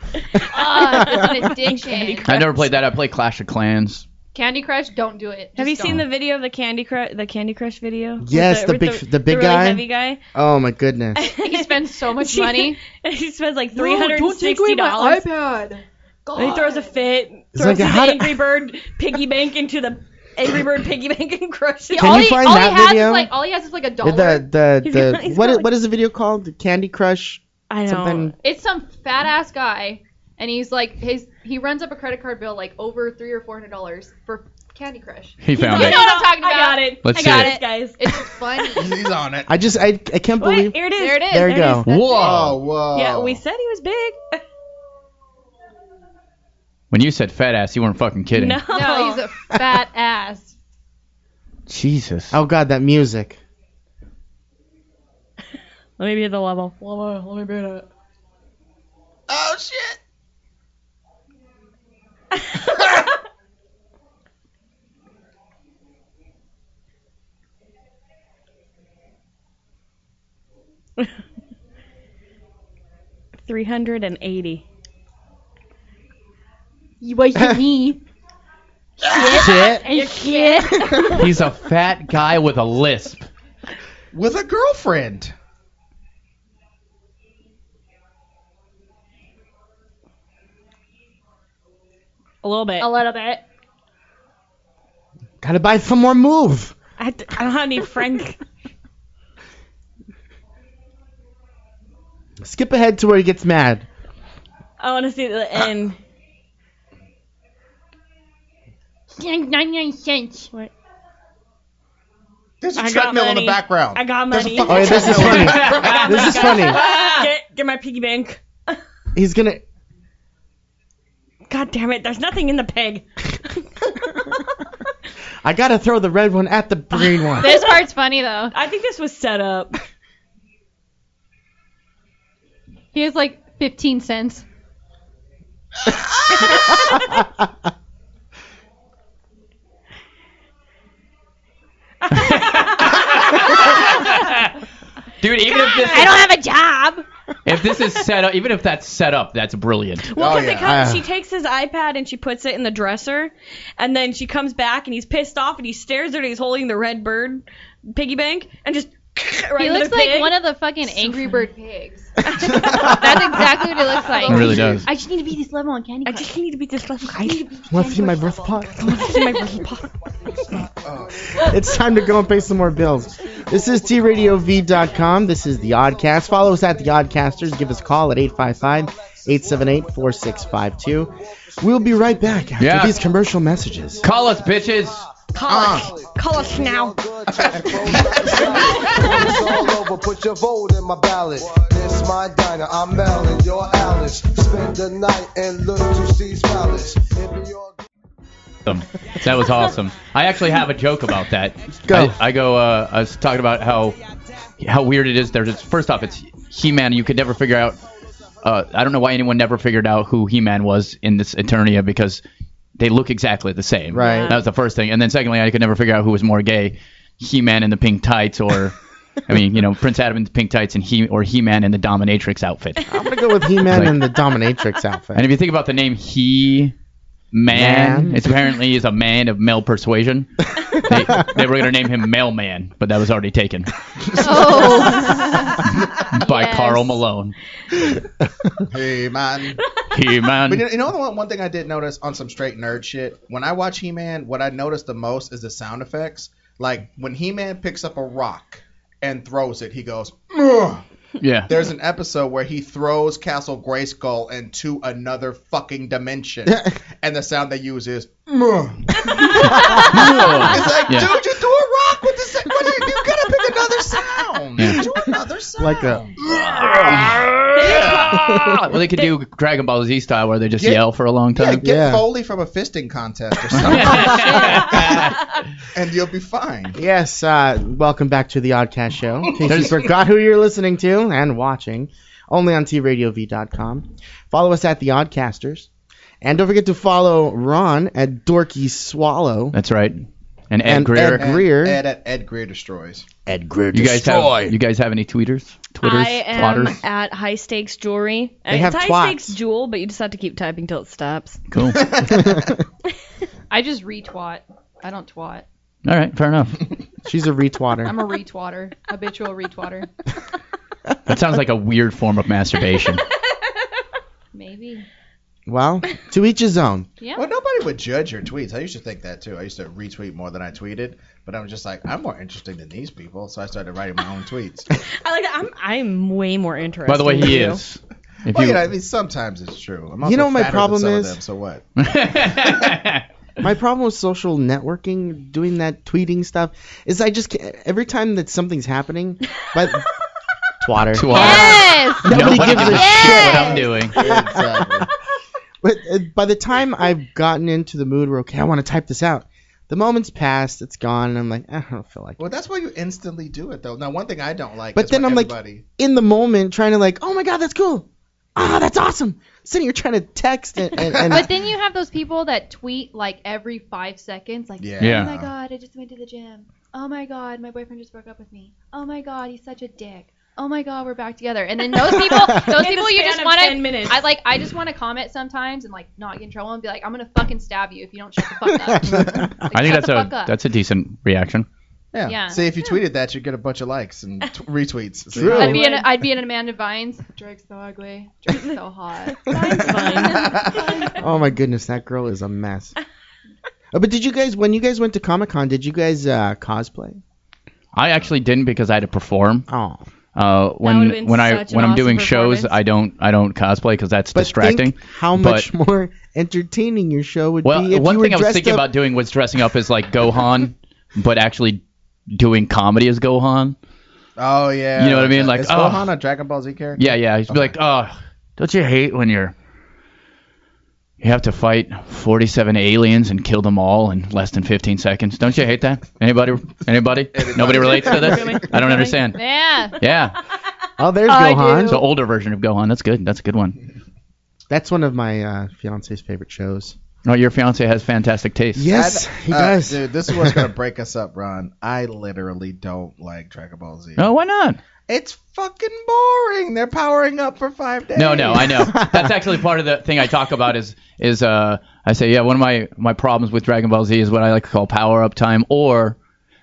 E: Ah, it's an addiction.
C: I never played that. I played Clash of Clans.
E: Candy Crush, don't do it.
B: Have you
E: Just
B: seen the
E: don't.
B: video of the Candy Crush, the Candy Crush video? With
A: Yes, the
B: with
A: big- the big
B: really
A: guy.
B: heavy guy.
A: Oh my
B: (laughs)
A: goodness.
E: He spends so much money.
B: he spends like three hundred and sixty dollars.
E: iPad. God.
B: And he throws a fit,
A: It's like,
B: throws his
A: how do-
B: Angry Bird piggy bank into the Angry Bird piggy bank and crushes it.
A: Can
E: all
A: you
E: he,
A: find
E: all
A: that
E: he has
A: video?
E: Is like, all he has is like a
A: The
E: dollar.
A: the,
B: He's
A: the
B: got- he's
A: what
B: got
A: is,
B: like-
A: what is the video called? The Candy Crush.
B: I know.
A: Something.
E: it's some fat ass guy, and he's like his he runs up a credit card bill like over three or four hundred dollars for Candy Crush.
C: He found
E: like,
C: it.
E: "No, what I'm talking
B: I got
E: about.
B: it.
C: Let's
B: I got
C: see
B: it,
C: it.
B: guys.
E: It's
B: (laughs)
E: funny.
D: He's on it.
A: I just I, I can't
B: Wait,
A: believe.
B: here it is.
E: there it is.
A: There you
E: it
A: go.
E: is. That's
D: Oh, whoa.
B: Yeah, we said he was big.
C: When you said fat ass, you weren't fucking
B: (laughs)
C: kidding.
B: No,
E: it. No, he's a fat ass.
C: Jesus.
A: (laughs) Oh god, that music.
B: Let me be at the level.
D: Oh shit.
B: Three hundred and eighty.
E: You wasted me.
B: (laughs)
A: Shit.
E: And shit.
C: He's a fat guy with a lisp.
D: With a girlfriend.
B: (laughs) A little bit.
E: a little bit.
A: Gotta buy some more move.
B: I, d- I don't have any Frank.
A: Skip ahead to where he gets mad.
B: I want to see the end.
E: Ninety-nine cents.
D: There's a
B: I got
D: treadmill in the
B: money.
D: background.
B: I got
D: There's a
B: money.
A: Oh, yeah,
D: fucking
A: this is
D: treadmill in
B: (laughs)
D: the
A: funny.
D: background.
A: This
D: (laughs)
A: is funny.
B: get, get my piggy bank.
A: He's gonna.
B: God damn it! There's nothing in the pig.
A: I gotta throw the red one at the green one.
E: This part's funny though.
B: I think this was set up.
E: He has like fifteen cents.
A: (laughs)
C: (laughs) Dude, even if this,
E: don't have a job.
C: if this is set up, even if that's set up, that's brilliant.
B: Well,
D: Oh,
B: because
D: yeah.
A: Ah.
B: she takes his iPad and she puts it in the dresser, and then she comes back and he's pissed off and he stares at her. and He's holding the red bird piggy bank and just. (laughs) Right
E: He
B: into
E: looks
B: the
E: like
B: pig.
C: (laughs)
E: one of the fucking Angry Bird pigs. That's exactly what he looks like.
C: It really does.
E: (laughs) I just need to be this level on Candy
B: I
E: (laughs) Crush.
B: just need to beat this level. I need to
A: Want to see my birth pot?
B: beat my birth pot.
A: It's time to go and pay some more bills. This is TRadioV.com. This is The Oddcast. Follow us at The Oddcasters. Give us a call at 855 878 4652. We'll be right back after
C: Yeah.
A: these commercial messages.
C: Call us, bitches.
B: Call
C: Uh.
B: us. Call us
C: (laughs)
B: now.
I: It's all over. Put your vote in my ballot. This my diner. I'm Mel and you're Alice. Spend the night and look to see Palace. If you're
C: Awesome. That was awesome. I actually have a joke about that.
A: Go.
C: I, I go. Uh, I was talking about how how weird it is. There's it's- first off, it's He-Man. You could never figure out. Uh, I don't know why anyone never figured out who He-Man was in this Eternia because they look exactly the same.
A: Right. (laughs)
C: That was the first thing. And then secondly, I could never figure out who was more gay, He-Man in the pink tights or I mean, you know, Prince Adam in the pink tights and he or He-Man in the dominatrix
A: (laughs)
C: outfit.
A: I'm gonna go with He-Man
C: Like-
A: and the Dominatrix outfit.
C: And if you think about the name He Man,
A: Man.
C: it's apparently is a man of male persuasion. they, they were gonna name him Mailman, but that was already taken
E: Oh.
C: by
E: Yes.
C: Carl Malone.
D: Hey man.
C: He Man.
D: But you you know the one, one thing I did notice on some straight nerd shit. When I watch He Man, what I notice the most is the sound effects. Like when He Man picks up a rock and throws it, he goes. "Ugh."
C: Yeah.
D: There's an episode where he throws Castle Grayskull into another fucking
A: (laughs)
D: dimension, and the sound they use is. "Ugh." (laughs) It's like,
C: Yeah.
D: dude, you threw a rock with the. sa- What are you, you gotta pick another sound.
C: Yeah.
D: Do another
A: (laughs)
D: sound.
A: Like a
C: well, they could do Dragon Ball Z style where they just
D: Yeah.
C: yell for a long
D: Yeah,
C: time.
D: get
A: Yeah.
D: Foley from a fisting contest or something,
A: (laughs)
D: and you'll be fine.
A: (laughs) yes. Uh, welcome back to the Oddcast Show. In case you forgot who you're listening to and watching, only on TRadioV.com. Follow us at the Oddcasters, and don't forget to follow Ron at Dorky Swallow.
C: (laughs) That's right. And Ed
A: And
C: Greer.
A: Ed- Greer.
D: Ed, Ed, Ed
A: (laughs)
D: Greer destroys. (laughs)
A: Ed Greer.
C: you guys have you guys have any tweeters? Twitters?
B: I am
C: Plotters?
B: at High Stakes Jewelry.
A: They have
B: it's High
A: twats.
B: Stakes Jewel, but you just have to keep typing till it stops.
D: (laughs)
C: Cool.
E: (laughs) I just retwat. I don't twat.
C: All right, fair enough.
A: She's a retwatter.
E: (laughs) I'm a retwatter, habitual retwatter.
C: That sounds like a weird form of masturbation.
E: Maybe.
A: well, to each his own.
E: Yeah.
D: Well, nobody would judge your tweets. I used to think that too. I used to retweet more than I tweeted, but I'm just like, I'm more interesting than these people, so I started writing my
A: (laughs)
D: own tweets.
B: I like that. I'm I'm way more interested.
C: By the way,
B: than
C: he
B: you.
C: is. If
D: Well,
C: you,
D: you know,
C: (laughs)
D: I mean, sometimes it's true. I'm also
A: You know what my
D: fatter than
A: problem
D: some of
A: is?
D: them,
A: (laughs)
D: so what?
A: My problem with social networking, doing that tweeting stuff, is I just can't, every time that something's happening,
E: (laughs)
A: but twatter.
C: Twatter.
E: Yes.
A: Nobody
C: Nobody
A: gives a
C: gives a shit what I'm
E: shit.
C: doing.
D: Exactly.
A: But uh, by the time I've gotten into the mood where okay, I want to type this out, the moment's passed, it's gone, and I'm like, I don't feel like. It.
D: Well, that's why you instantly do it though. Now, one thing I don't like.
A: But
D: is
A: then
D: when
A: I'm like-
D: everybody-
A: In the moment, trying to like, oh my god, that's cool. Ah, that's awesome. Sitting here trying to text and, and, and
E: But then you have those people that tweet like every five seconds, like,
D: yeah.
C: Yeah.
E: oh my god, I just went to the gym. Oh my god, my boyfriend just broke up with me. Oh my god, he's such a dick. Oh my god, we're back together. And then those people, (laughs) those
B: In
E: people,
B: the
E: you
B: span
E: just
B: of
E: want
B: 10
F: (laughs)
B: minutes.
E: to. I like, I just want to comment sometimes and like not get in trouble and be like, I'm gonna fucking stab you if you don't shut the fuck
D: (laughs)
E: up.
A: (laughs)
E: Like,
C: I think
E: shut
C: that's
E: the
C: a
E: fuck up.
C: that's a decent reaction.
D: yeah,
E: Yeah.
D: See, if you tweeted that, you'd get a bunch of likes and t- retweets. See?
A: True.
E: I'd be in a, I'd be in an Amanda Vines. Drake's so ugly. Drake's
C: (laughs)
E: so hot.
A: (laughs) oh my goodness, that girl is a
E: (laughs)
A: mess. Oh, but did you guys, when you guys went to Comic Con, did you guys uh, cosplay?
C: I actually didn't because I had to perform.
A: Oh,
C: Uh,
B: would've been
C: when when I
B: such an
C: when I'm
B: awesome
C: doing shows,
B: performance.
C: I don't I don't cosplay because that's
A: but
C: distracting.
A: think how much more entertaining your show would
C: Well,
A: be if
C: one
A: you were
C: thing I was
A: dressed
C: thinking
A: up.
C: about doing was dressing up as like Gohan, but actually doing comedy as Gohan.
D: Oh yeah.
C: You know what I mean? Like,
D: is
C: oh.
D: Gohan a Dragon Ball Z character?
C: Yeah, yeah. He'd be like, oh, don't you hate when you're you have to fight 47 aliens and kill them all in less than 15 seconds? Don't you hate that? Anybody? Anybody? Nobody relates to this? I don't understand.
E: Yeah.
C: Yeah,
A: oh, there's
F: I
A: Gohan.
C: it's an older version of Gohan. That's good. That's a good one.
A: That's one of my uh, fiance's favorite shows.
C: Oh, your fiance has fantastic taste.
A: Yes, he
D: Uh,
A: does.
D: Dude, this is what's gonna
C: (laughs)
D: break us up, Ron. I literally don't like Dragon Ball Z.
C: No, why not?
D: It's fucking boring. They're powering up for five days.
C: No, no, I
D: (laughs)
C: know. That's actually part of the thing I talk about is is uh I say yeah one of my my problems with Dragon Ball Z is what I like to call power up time or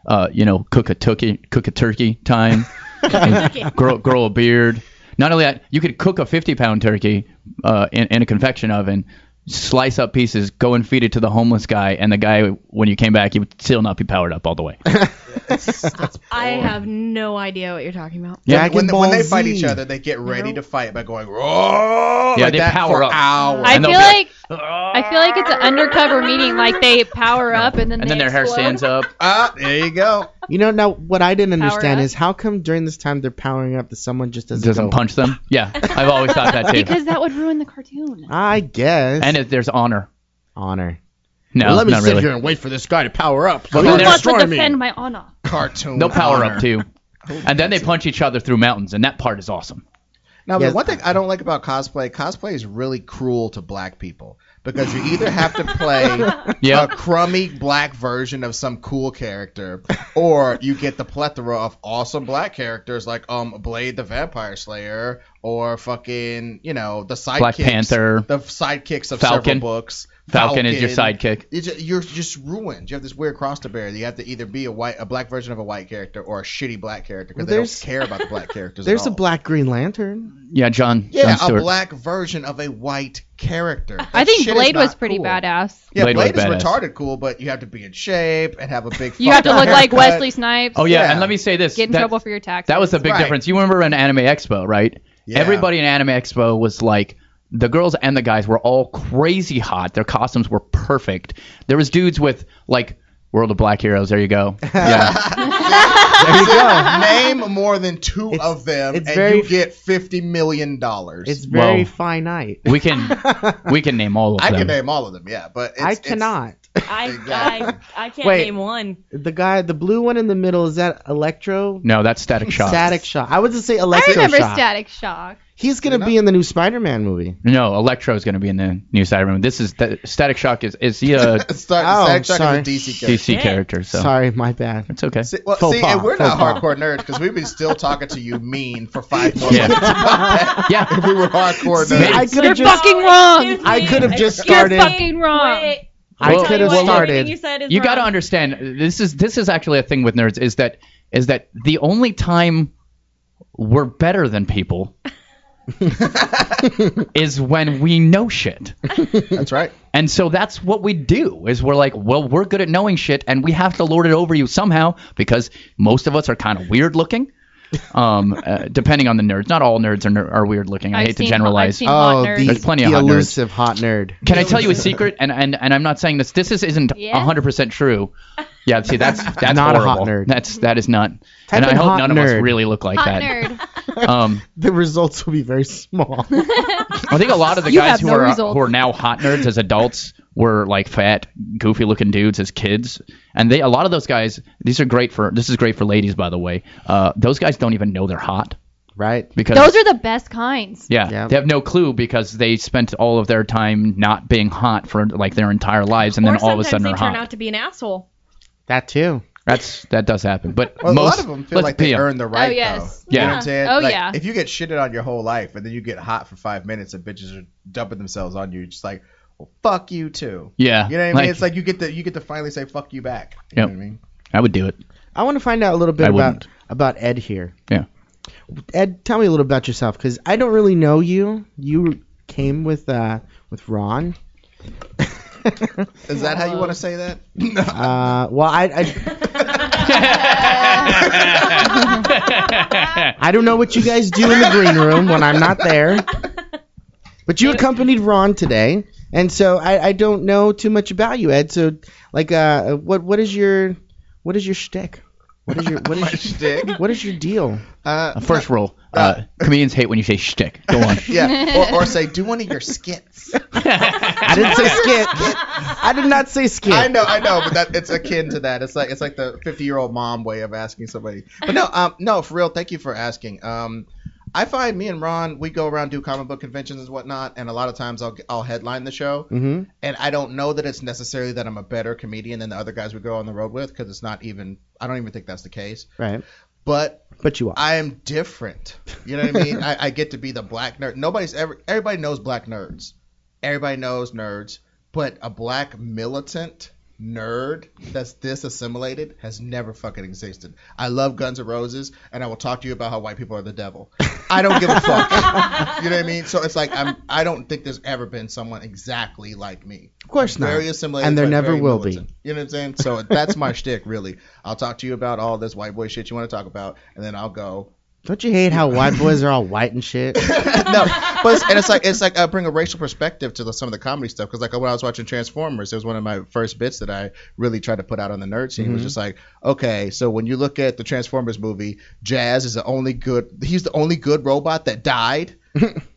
C: uh you know cook a turkey cook a turkey time (laughs) grow grow a beard. Not only that, you could cook a 50 pound turkey uh, in, in a convection oven, slice up pieces, go and feed it to the homeless guy, and the guy when you came back he would still not be powered up all the way.
E: (laughs)
B: I
D: Oh.
B: have no idea what you're talking about.
C: Yeah,
A: Dragon
D: When,
A: Ball
D: when they fight
A: Z.
D: each other, they get ready to fight by going roar
C: Yeah,
D: like
C: they
D: that
C: power
D: for
C: up.
D: hours.
E: I
C: And
E: feel
C: they'll be
E: like I feel like it's an undercover meeting. Like they power up and then
C: And
E: they
C: then their hair
E: explode.
C: stands
E: (laughs)
C: up.
D: Ah, there you go.
A: You know, now what I didn't
E: Power
A: understand
E: up.
A: is how come during this time they're powering up that someone just doesn't,
C: Doesn't
A: go,
C: punch them. Yeah, I've always thought that too.
E: Because that would ruin the cartoon.
A: I guess.
C: And it, there's honor.
A: honor.
C: No,
A: Well, let me
C: not
A: sit
C: really.
A: here and wait for this guy to power up.
C: Come
E: Who
C: on,
A: They're
E: wants to
A: destroying me.
E: defend my honor?
D: Cartoon.
C: They'll power
D: honor.
C: up too. And then they punch each other through mountains, and that part is awesome.
D: Now,
A: Yes.
D: the one thing I don't like about cosplay, cosplay is really cruel to black people because you either have
C: (laughs)
D: to play
C: Yeah.
D: a crummy black version of some cool character, or you get the plethora of awesome black characters like um Blade the Vampire Slayer or fucking you know the sidekicks,
C: Black Panther.
D: the sidekicks of
C: Falcon.
D: several books.
C: Falcon is your sidekick.
D: It's ju- you're just ruined. You have this weird cross to bear. You have to either be a white, a black version of a white character, or a shitty black character because
A: Well,
D: they don't
A: there's-
D: care about the
C: (laughs)
D: black characters. at
A: There's a
D: all.
A: black Green Lantern.
C: Yeah, John.
D: Yeah,
C: John
D: a
C: Stewart.
D: black version of a white character.
E: I
D: That
E: think
D: shit is
E: Blade
D: not
E: was pretty
D: cool.
E: badass.
D: Yeah,
C: Blade
D: Blade,
C: was
D: is
C: badass.
D: retarded cool, but you have to be in shape and have a big.
E: (laughs) You have to
D: fucking
E: look like
D: haircut.
E: Wesley Snipes.
C: Oh yeah,
D: Yeah.
C: and let me say this.
E: Get in
C: that,
E: trouble for your taxes.
C: That was a big
D: Right.
C: difference. You remember in Anime Expo, right?
D: Yeah. (laughs)
C: Everybody in Anime Expo was like the girls and the guys were all crazy hot. Their costumes were perfect. There was dudes with like World of Black Heroes. There you
D: (laughs)
C: go. Yeah.
D: Name more than two
A: It's-
D: of them,
A: it's
D: and
A: very-
D: you get fifty million dollars.
A: It's very
C: Whoa.
A: finite. (laughs)
C: we can we can name all of
D: I
C: them.
D: can name all of them, yeah, but it's,
A: I
D: it's-
A: cannot.
B: (laughs) I, I, I can't
A: Wait.
B: name one.
A: The guy, the blue one in the middle, is that Electro?
C: No, that's Static Shock.
A: Static Shock. I would just say
E: I
A: Electro
E: remember
A: Shock.
E: Static Shock.
A: He's gonna be in the new Spider-Man movie.
C: No, Electro is going to be in the new side room. This is that Static Shock is is he
D: (laughs)
C: a
D: It's (laughs) start,
A: Oh,
D: Static Shock
A: sorry.
D: is a DC character.
C: DC
B: Yeah.
C: character? So
A: Sorry, my bad.
C: it's okay.
D: See, well,
A: Faux
D: see,
A: pas,
D: and we're
A: faux
D: not
A: pas.
D: hardcore nerds because we've been still talking to you mean
A: (laughs)
D: for five more
C: Yeah.
D: minutes about that.
C: Yeah.
D: If we were hardcore
A: See,
D: nerds,
A: I could have
F: You're
A: just,
F: fucking wrong.
B: Excuse
A: I
B: me.
A: could've just
B: Excuse
A: started-
B: me.
E: Fucking wrong.
B: Wait.
A: I
C: Well,
A: could have
B: Tell you what, everything
A: started.
B: You, said is
C: you got to
B: wrong.
C: understand this is this is actually a thing with nerds is that is that the only time we're better than people is when we know shit.
D: (laughs) that's right.
C: And so that's what we do is we're like, well, we're good at knowing shit and we have to lord it over you somehow because most of us are kind of weird looking. Um, uh, depending on the nerds, not all nerds are, ner- are weird looking. I
E: I've
C: hate
E: seen-
C: to generalize.
E: I've seen
A: Oh,
E: hot nerds.
A: the,
C: There's plenty
A: the
C: of hot nerds.
A: elusive hot nerd.
C: Can I tell you a secret? And and, and I'm not saying this. This is, isn't
E: Yeah?
C: 100% true. Yeah, see,
E: (laughs)
C: that's that's
A: Not a hot
C: horrible.
A: nerd.
C: That's that is not.
A: Type
C: and I
A: in
C: hope
A: hot
C: none of us
A: nerd.
C: really look like
E: Hot
C: that.
E: nerd.
C: (laughs) Um,
A: The results will be very
B: (laughs)
A: small.
C: I think a lot of the
E: You
C: guys
E: have
C: who
E: no
C: are
E: results.
C: who are now hot nerds as adults were like fat, goofy looking dudes as kids, and they a lot of those guys. These are great for this is great for ladies, by the way. Uh, those guys don't even know they're hot
A: right?
C: because
E: Those are the best kinds.
C: Yeah,
A: Yeah.
C: they have no clue because they spent all of their time not being hot for like their entire lives, and
B: Or
C: then all of a
B: sometimes
C: sudden
B: they
C: are
B: turn
C: hot.
B: out to be an asshole.
A: That too.
C: That's that does happen, but
D: Well,
C: most
D: a lot of them feel
C: let's
D: like
C: be
D: they
C: a-
D: earn the right.
E: oh yes.
D: Though. You know what
C: Yeah.
D: I'm saying?
E: Oh
D: Like,
E: yeah.
D: If you get shitted on your whole life and then you get hot for five minutes and bitches are dumping themselves on you, just like, well, fuck you too.
C: Yeah,
D: You know what I mean?
C: like,
D: it's like you get to you get to finally say fuck you back. You
C: Yep.
D: know what I mean?
C: I would do it. (laughs)
A: I want to find out a little bit
C: I
A: about
C: wouldn't.
A: about Ed here.
C: Yeah.
A: Ed, tell me a little about yourself because I don't really know you. You came with uh with Ron. (laughs)
D: Is that how you want to say that? (laughs)
A: Uh, well, I, I I don't know what you guys do in the green room when I'm not there. But you accompanied Ron today, and so I, I don't know too much about you, Ed. So, like, uh, what what is your what is your shtick? What is your what
D: My
A: is (laughs)
D: shtick.
A: what is your deal?
D: Uh,
C: First rule: uh, comedians hate when you say shtick. Go
D: (laughs)
C: on.
D: yeah. Or, or say do one of your skits.
A: I didn't
C: (laughs)
A: say skit. I did not say skit.
D: I know, I know, but that it's akin to that. It's like it's like the fifty year old mom way of asking somebody. But no, um, no, for real. Thank you for asking. Um, I find me and Ron, we go around do comic book conventions and whatnot, and a lot of times I'll I'll headline the show,
A: Mm-hmm.
D: and I don't know that it's necessarily that I'm a better comedian than the other guys we go on the road with, because it's not even. I don't even think that's the case.
A: Right.
D: But
A: But you are.
D: I am different. You know what I mean? I, I get to be the black nerd. Nobody's ever. Everybody knows black nerds. Everybody knows nerds, but a black militant nerd that's this assimilated has never fucking existed. I love Guns N' Roses, and I will talk to you about how white people are the devil. I don't give a fuck. you know what I mean? So it's like I'm. I don't think there's ever been someone exactly like me.
A: of course not.
D: Very assimilated,
A: And there
D: but
A: never
D: very
A: will
D: militant. You know what I'm saying? So that's my (laughs) shtick, really. I'll talk to you about all this white boy shit you want to talk about, and then I'll go
A: Don't you hate how white boys are all white and
D: (laughs)
A: shit?
D: no, but it's, and it's like it's like I bring a racial perspective to the, some of the comedy stuff because like when I was watching Transformers, it was one of my first bits that I really tried to put out on the nerd scene. Was just like, okay, so when you look at the Transformers movie, Jazz is the only good. He's the only good robot that died.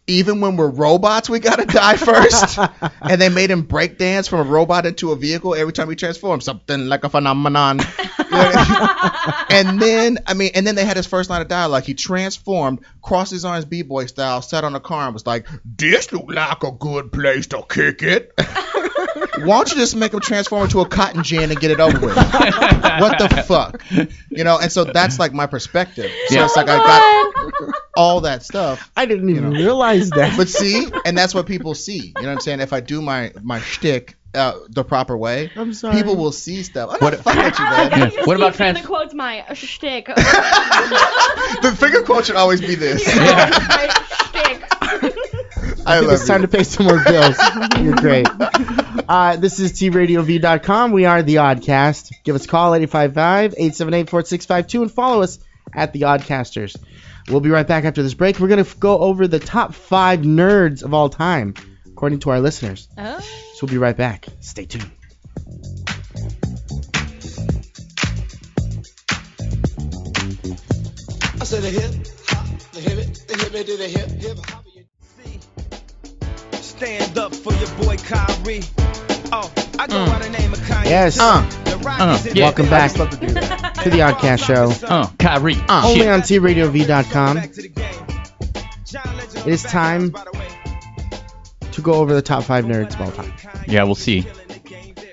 D: even when we're robots, we gotta die first. and they made him break dance from a robot into a vehicle every time he transformed. Something like a phenomenon. You know what I mean? and then, I mean, and then they had his first line of dialogue. He transformed, crossed his arms, b-boy style, sat on a car and was like, "This look like a good place to kick it." (laughs) Why don't you just make him transform into a cotton gin and get it over with? (laughs) what the fuck, you know? And so that's like my perspective. So
C: Yeah.
D: it's like I got all that stuff.
A: I didn't even
D: know.
A: realize that.
D: But see, and that's what people see. You know what I'm saying? If I do my my shtick uh, the proper way,
A: I'm sorry.
D: people will see stuff. I'm
C: What-
D: not fucking at
C: (laughs)
D: you,
B: I
D: man.
C: Yeah.
B: just
C: What
B: keep
C: about
B: saying
C: trans-
B: The quote's my shtick.
D: (laughs) the finger quote should always be this.
B: My shtick.
D: I
A: think
D: love
A: it's time to
D: you.
A: pay some more
D: (laughs)
A: bills. You're great. Uh, this is TRadioV.com. We are the Oddcast. Give us a call, 855-878-4652, and follow us at the Oddcasters. We'll be right back after this break. We're going to go over the top five nerds of all time, according to our listeners.
F: Oh.
A: So we'll be right back. Stay tuned.
I: I said the hip hop, the hip it, the hip it to the hip hip hop.
G: Stand up for your boy Kyrie. Oh, I go by the name of Kanye.
A: Mm. Yes. Uh-huh.
D: Uh,
G: The Rockets
C: Uh,
G: in
C: yeah.
G: the
A: Welcome
G: building.
A: back
D: love to do that.
A: (laughs) to the Oddcast Show.
C: Oh, Kyrie.
D: Uh,
A: Only
C: Shit.
A: on TRadioV.com It is time to go over the top five nerds of all time,
C: Yeah, we'll see.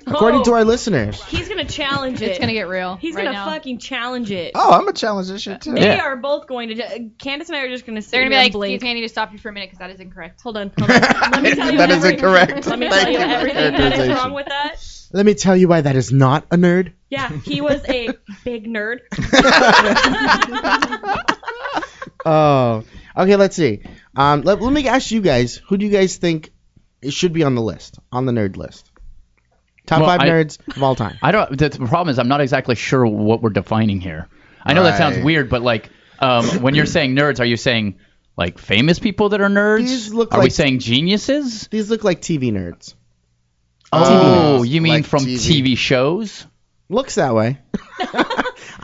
A: according
B: Oh,
A: to our listeners.
B: He's gonna challenge it.
E: It's gonna get real.
B: He's
E: right
B: gonna
E: now.
B: fucking challenge it.
D: Oh, I'm gonna challenge this shit too.
B: They
C: Yeah.
B: are both going to. ju- Candace and I are just gonna. Sit
E: They're gonna be
B: here and
E: like,
B: blink.
E: Duke, I need to stop you for a minute because that is incorrect.
B: Hold on. Hold on. Let me tell you
D: That is
B: every-
D: incorrect.
B: Let me
D: Thank
B: tell you
D: you for that
B: everything that is
D: characterization.
B: wrong with that.
A: Let me tell you why that is not a nerd.
B: Yeah, he was
D: (laughs)
B: a big nerd.
A: Oh, okay. Let's see. Um, let, let me ask you guys: Who do you guys think it should be on the list, on the nerd list? Top
C: Well,
A: five
C: I-
A: nerds of all time.
C: I don't. The, the problem is, I'm not exactly sure what we're defining here. I know that sounds
D: Right.
C: weird, but like, um, when you're saying nerds, are you saying like famous people that are nerds?
A: These look
C: are we
A: like-
C: saying geniuses?
A: These look like TV nerds.
C: Oh,
D: nerds.
C: you mean
D: Like
C: from
D: TV.
C: TV shows?
A: Looks that
D: (laughs)
A: way.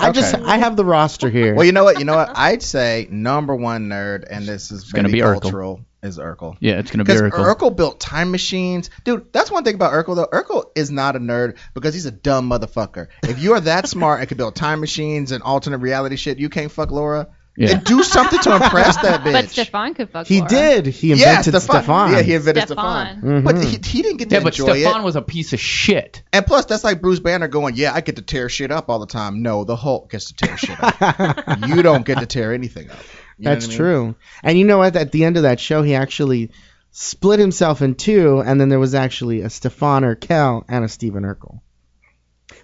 A: I just
D: Okay.
A: I have the roster here.
D: (laughs) Well, you know what? You know what? I'd say number one nerd, and this is
C: gonna
D: gonna
C: be
D: be
C: Urkel.
D: cultural, is Urkel.
C: Yeah, it's gonna be
D: Because
C: Urkel.
D: Urkel. built time machines. Dude, that's one thing about Urkel, though. Urkel is not a nerd because he's a dumb motherfucker. If you are that smart and can build time machines and alternate reality shit, you can't fuck Laura.
C: Yeah.
D: And do something to impress that bitch.
E: But Stefan could fuck.
A: he
E: Laura.
A: did. He
D: yeah,
A: invented
D: Stefan.
A: Stefan.
D: Yeah, he invented Stefan.
A: (laughs)
E: Stefan.
A: Mhm.
D: But he, he didn't get to
C: yeah, but
D: enjoy
C: Stefan
D: it.
C: was a piece of shit.
D: And plus, that's like Bruce Banner going, "Yeah, I get to tear shit up all the time." No, the Hulk gets to tear shit up.
C: (laughs)
A: Mm-hmm. (laughs)
D: you don't get to tear anything up. You know
A: That's
D: what I mean?
A: true. And you know what? At the end of that show, he actually split himself in two, and then there was actually a Stefan Urkel and a Steven Urkel.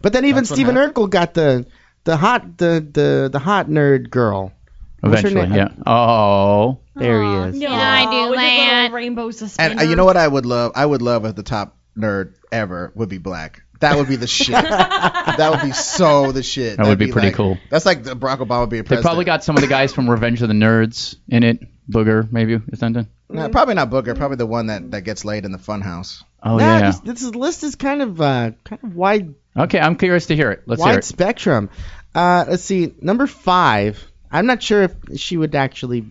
A: But then even
D: That's what
A: Steven
D: happened.
A: Urkel got the the hot the the the hot nerd girl. What's her
C: Eventually, yeah.
A: name?
C: Oh,
A: There he is.
B: No,
E: I
B: with his
E: do
B: little
E: that.
B: Rainbow
D: And
B: suspenders.
D: uh, you know what I would love? I would love if the top nerd ever would be black. That would be the shit. that would be so the shit.
C: That would
D: That'd
C: be pretty
D: like-
C: cool.
D: That's like the Barack Obama being
C: they
D: president.
C: probably got some of the guys from Revenge of the Nerds in it. Booger, maybe or something.
D: Nah, probably not Booker. Probably the one that, that gets laid in
C: (laughs)
D: the funhouse.
C: Oh
A: Nah,
C: yeah.
A: this, this is- list is kind of uh, kind of wide
C: Okay, I'm curious to hear it. Let's hear
A: wide
C: it.
A: spectrum. Uh, let's see, number five. I'm not sure if she would actually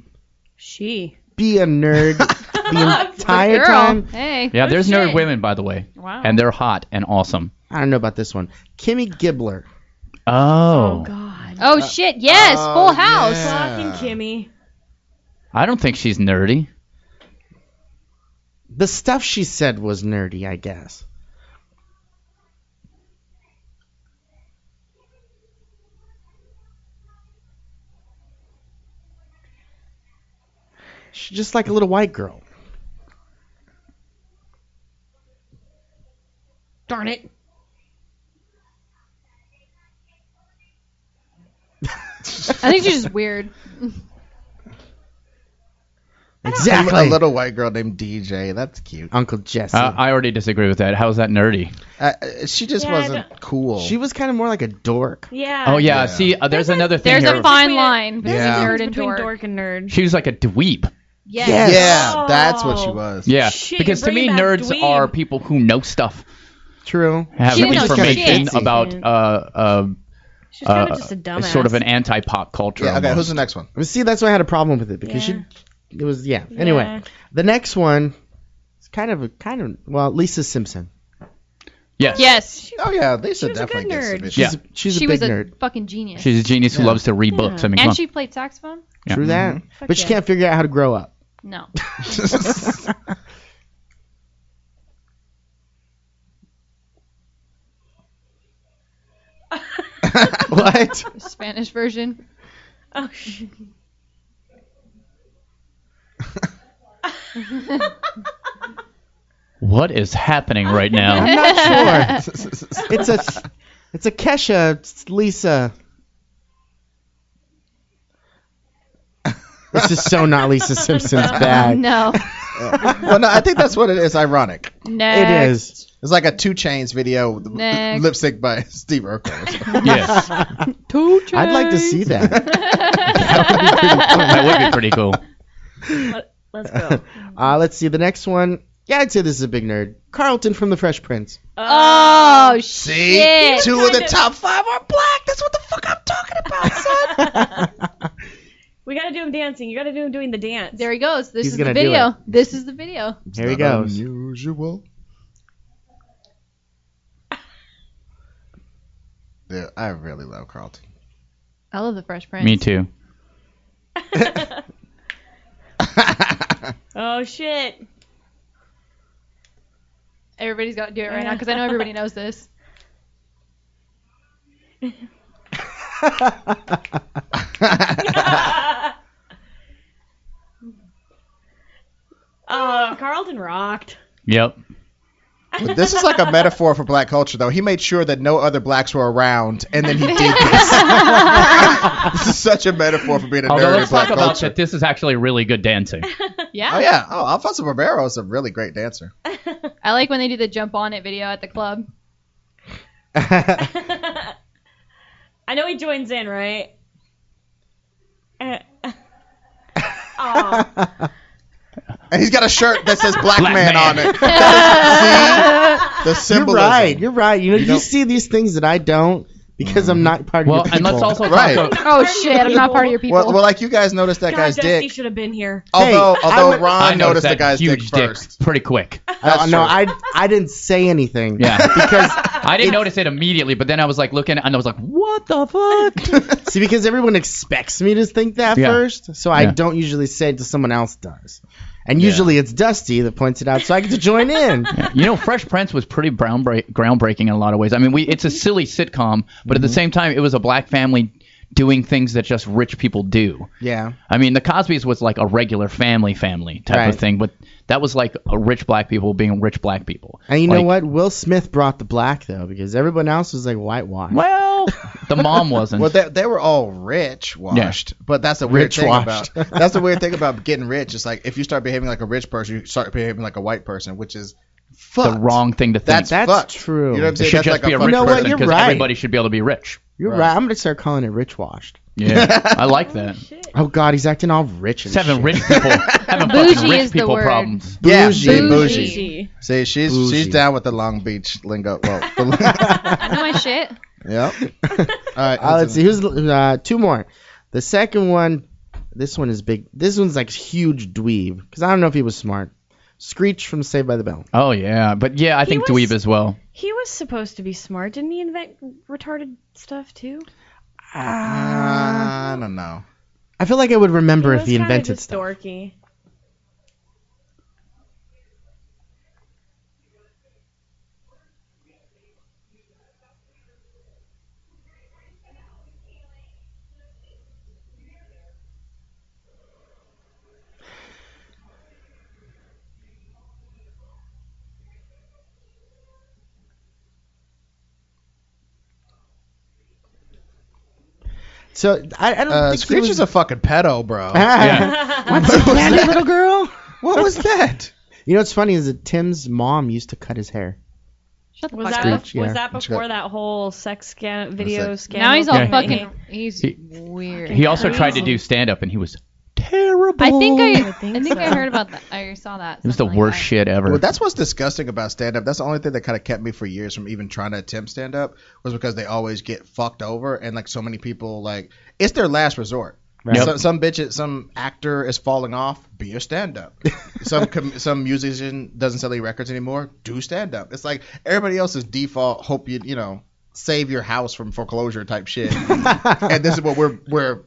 B: She.
A: be a
D: (laughs)
A: nerd the entire
E: Girl.
A: time.
E: Hey. Oh,
C: Yeah, there's
E: shit.
C: nerd women, by the way,
E: Wow.
C: and they're hot and awesome.
A: I don't know about this one. Kimmy Gibbler.
B: Oh,
C: Oh,
B: God.
E: oh
A: uh,
E: shit! Yes,
D: Oh,
E: Full House.
D: yeah.
B: Fucking Kimmy.
C: I don't think she's nerdy.
A: The stuff she said was nerdy, I guess. She's just like a little white girl.
B: Darn it.
E: I think she's just weird.
A: (laughs) Exactly.
D: A little white girl named DJ. That's cute.
A: Uncle Jesse.
C: Uh, I already disagree with that. How's that nerdy?
D: Uh, uh, she just
B: Yeah, I
D: wasn't cool.
A: she was kind of more like a dork.
B: Yeah.
C: Oh yeah.
D: Yeah.
C: See, uh, there's
B: There's a-
C: another thing
E: There's
C: here.
E: a fine
B: Between-
E: line between
D: Yeah.
E: nerd and
B: between
E: dork.
B: dork and nerd.
C: she was like a dweeb.
E: Yes.
A: Yeah.
D: Yeah,
B: Oh.
D: that's what she was.
C: Yeah.
B: Shit,
C: because to
B: bring
C: me,
B: back
C: nerds
B: dweeb.
C: are people who know stuff,
A: True.
C: have
E: She didn't know
C: information
E: shit.
C: about uh, uh,
B: She's kind
C: uh,
B: of just a dumbass.
C: sort of an anti-pop culture.
D: Yeah. Okay. Who's
C: almost.
D: the next one?
A: But see, that's why I had a problem with it because
B: Yeah.
A: she it was yeah. Anyway,
B: Yeah.
A: the next one, it's kind of a kind of well, Lisa Simpson.
C: Yes.
F: Yes.
D: Oh yeah, they should
B: was a good
D: definitely get
B: nerd.
D: submissions.
A: She's she's a
E: she
A: big
E: was a
A: nerd.
E: fucking genius.
C: She's a genius who
D: Yeah.
C: loves to read books. I mean, come
E: and
C: on.
E: she played saxophone?
C: Yeah.
A: True that,
E: Mm-hmm. Fuck
A: but she
E: yeah.
A: can't figure out how to grow
E: (laughs)
A: up. (laughs)
E: No.
D: (laughs)
B: (laughs)
A: what?
E: Spanish version.
B: Oh, shit.
C: What is happening right now?
A: (laughs) I'm not sure. It's a it's a Kesha it's Lisa. (laughs) This is so not Lisa Simpson's
E: Uh-huh.
A: bag. (laughs)
E: No.
D: well, no, I think that's what it is. Ironic.
E: Next.
A: It is.
D: It's like a two chains video, with the
E: Next.
D: lipstick by Steve Urkel.
A: (laughs)
C: yes.
A: I'd like to see that. (laughs)
E: (laughs)
C: That would be pretty cool.
D: (laughs)
B: Let's go.
A: (laughs) Uh, let's see the next one. Yeah, I'd say this is a big nerd. Carlton from The Fresh Prince.
B: Uh,
E: Oh,
D: (laughs) See,
E: shit.
D: two of the
B: Kinda.
D: top five are black. That's what the fuck I'm talking about, son.
B: we gotta do him dancing. You gotta do him doing the dance.
E: There he goes. This
A: He's
E: is
A: gonna
E: the
A: do
E: video. This is the video.
A: (laughs) Here he goes.
D: Unusual. Dude, I really love Carlton.
E: I love the Fresh Prince.
C: Me too.
B: (laughs) oh shit.
D: (laughs)
E: Everybody's got to do it right now because I know everybody knows this.
B: Uh, Oh, Carlton rocked.
C: Yep.
D: But this is like a metaphor for black culture, though. He made sure that no other blacks were around, and then he
E: (laughs)
D: did this. (laughs) this is such a metaphor for being a
C: Although
D: nerd in
C: let's
D: black
C: talk about
D: culture.
C: that. This is actually really good dancing.
E: Yeah.
D: Oh yeah. Oh, Alfonso Barbero is a really great dancer.
E: I like when they do the jump on it video at the club.
B: (laughs) I know he joins in, right? Uh, oh,
D: And he's got a shirt that says black,
C: Black
D: man,
C: man.
D: on it.
B: Oh,
D: That is- see? The
A: You're
D: symbolism.
A: right. You're right. You know, you,
D: don't-
A: see these things that I don't because I'm not part
C: (laughs) Well,
A: of your
C: and
A: people.
C: let's also
D: Right.
C: talk. About,
E: Oh shit! I'm not part of your people.
D: Well, well, like you guys noticed that
B: God,
D: guy's
B: Dusty
D: dick.
B: should have been here.
D: Although,
A: Hey, I
D: although
A: would-
D: Ron
C: I
D: noticed
C: noticed
D: the
C: that
D: guy's dick,
C: huge dick,
D: first.
C: pretty quick.
A: Uh,
D: That's
A: (laughs) no,
D: true.
A: I I didn't say anything.
C: Yeah.
D: (laughs)
A: Because
C: I didn't notice it immediately, but then I was like looking and I was like, what the fuck?
A: (laughs) see, because everyone expects me to think that
C: Yeah.
A: first, so I
C: Yeah.
A: don't usually say it until someone else does. And usually it's Dusty that points it out, so I get to
C: (laughs)
A: join in.
C: you know, Fresh Prince was pretty brown break, groundbreaking in a lot of ways. I mean, we it's a silly sitcom, but at
A: Mm-hmm.
C: the same time, it was a black family doing things that just rich people do.
A: Yeah.
C: I mean, the Cosby's was like a regular family family type
A: Right.
C: of thing, but that was like a rich black people being rich black people.
A: And you know what?
C: Like,
A: Will Smith brought the black though, because everyone else was like whitewash.
C: Well, the
A: (laughs)
C: mom wasn't.
D: Well, they, they were all rich washed, but that's the weird thing
A: Rich-washed.
D: about (laughs) that's the weird
C: (laughs)
D: thing about getting rich. It's like if you start behaving like a rich person, you start behaving like a white person, which is
C: the
D: fucked.
C: wrong thing to think.
D: That's,
A: That's
D: fucked.
A: true.
D: You know what
A: It
D: I'm
C: it
D: saying?
C: should
D: That's
C: just
D: like
C: be a
D: fuck
C: rich
A: You know what?
C: person
A: You're
C: because
A: right.
C: everybody should be able to be rich.
A: You're right.
D: Right.
A: I'm gonna start calling it rich washed. (laughs)
C: Yeah, I like that.
A: Oh God, he's acting all rich and
C: Just having
A: shit.
C: rich people having
E: Bougie
C: fucking rich
E: is the
C: people
E: word.
C: problems.
A: (laughs)
D: Yeah,
A: Bougie.
D: see, bougie.
E: Bougie.
D: See, she's
A: Bougie.
D: she's down with the Long Beach lingo.
A: (laughs)
D: Well, the,
E: I know my shit.
D: yep. All right.
A: Uh, let's see. Who's uh, two more? The second one. This one is big. This one's like huge dweeb because I don't know if he was smart. Screech from Saved by the Bell.
C: Oh yeah, but yeah, I think
B: was-
C: dweeb as well.
B: He was supposed to be smart. Didn't he invent retarded stuff too?
D: Uh, I don't know.
A: I feel like I would remember if
B: was
A: he
B: kinda
A: invented
B: just
A: stuff.
B: dorky.
A: So I, I don't
D: Uh,
A: think
D: Screech
A: he was... (laughs)
D: is a fucking pedo, bro.
C: Yeah.
A: Candy little girl.
D: What was that?
A: (laughs) You know what's funny is that Tim's mom used to cut his hair.
E: Shut the
B: Was
E: fuck
B: that
E: up.
A: Screech,
B: was
A: yeah.
B: that
D: That's
B: before
D: good.
B: that whole sex sca- video
D: That's
B: scandal?
E: Now he's all
C: Yeah.
B: (laughs)
E: fucking. He's
C: He-
E: weird.
C: He also tried to
B: Wow.
C: do stand up and he was terrible.
E: I
C: (laughs)
E: think I.
B: I
E: I
B: think
E: think,
B: so.
E: I heard about that. I saw that.
C: It was
B: Oh
C: the worst shit ever.
D: Well, that's what's disgusting about stand up. That's the only thing that kind of kept me for years from even trying to attempt stand up was because they always get fucked over and like so many people like it's their last resort.
A: Right.
D: Some, some bitch, some actor is falling off. Be
C: (laughs)
D: a stand-up. some com- some musician doesn't sell any records anymore. Do stand-up. It's like everybody else's default. Hope you you know save your house from foreclosure
C: (laughs)
D: type shit. and this is what we're we're you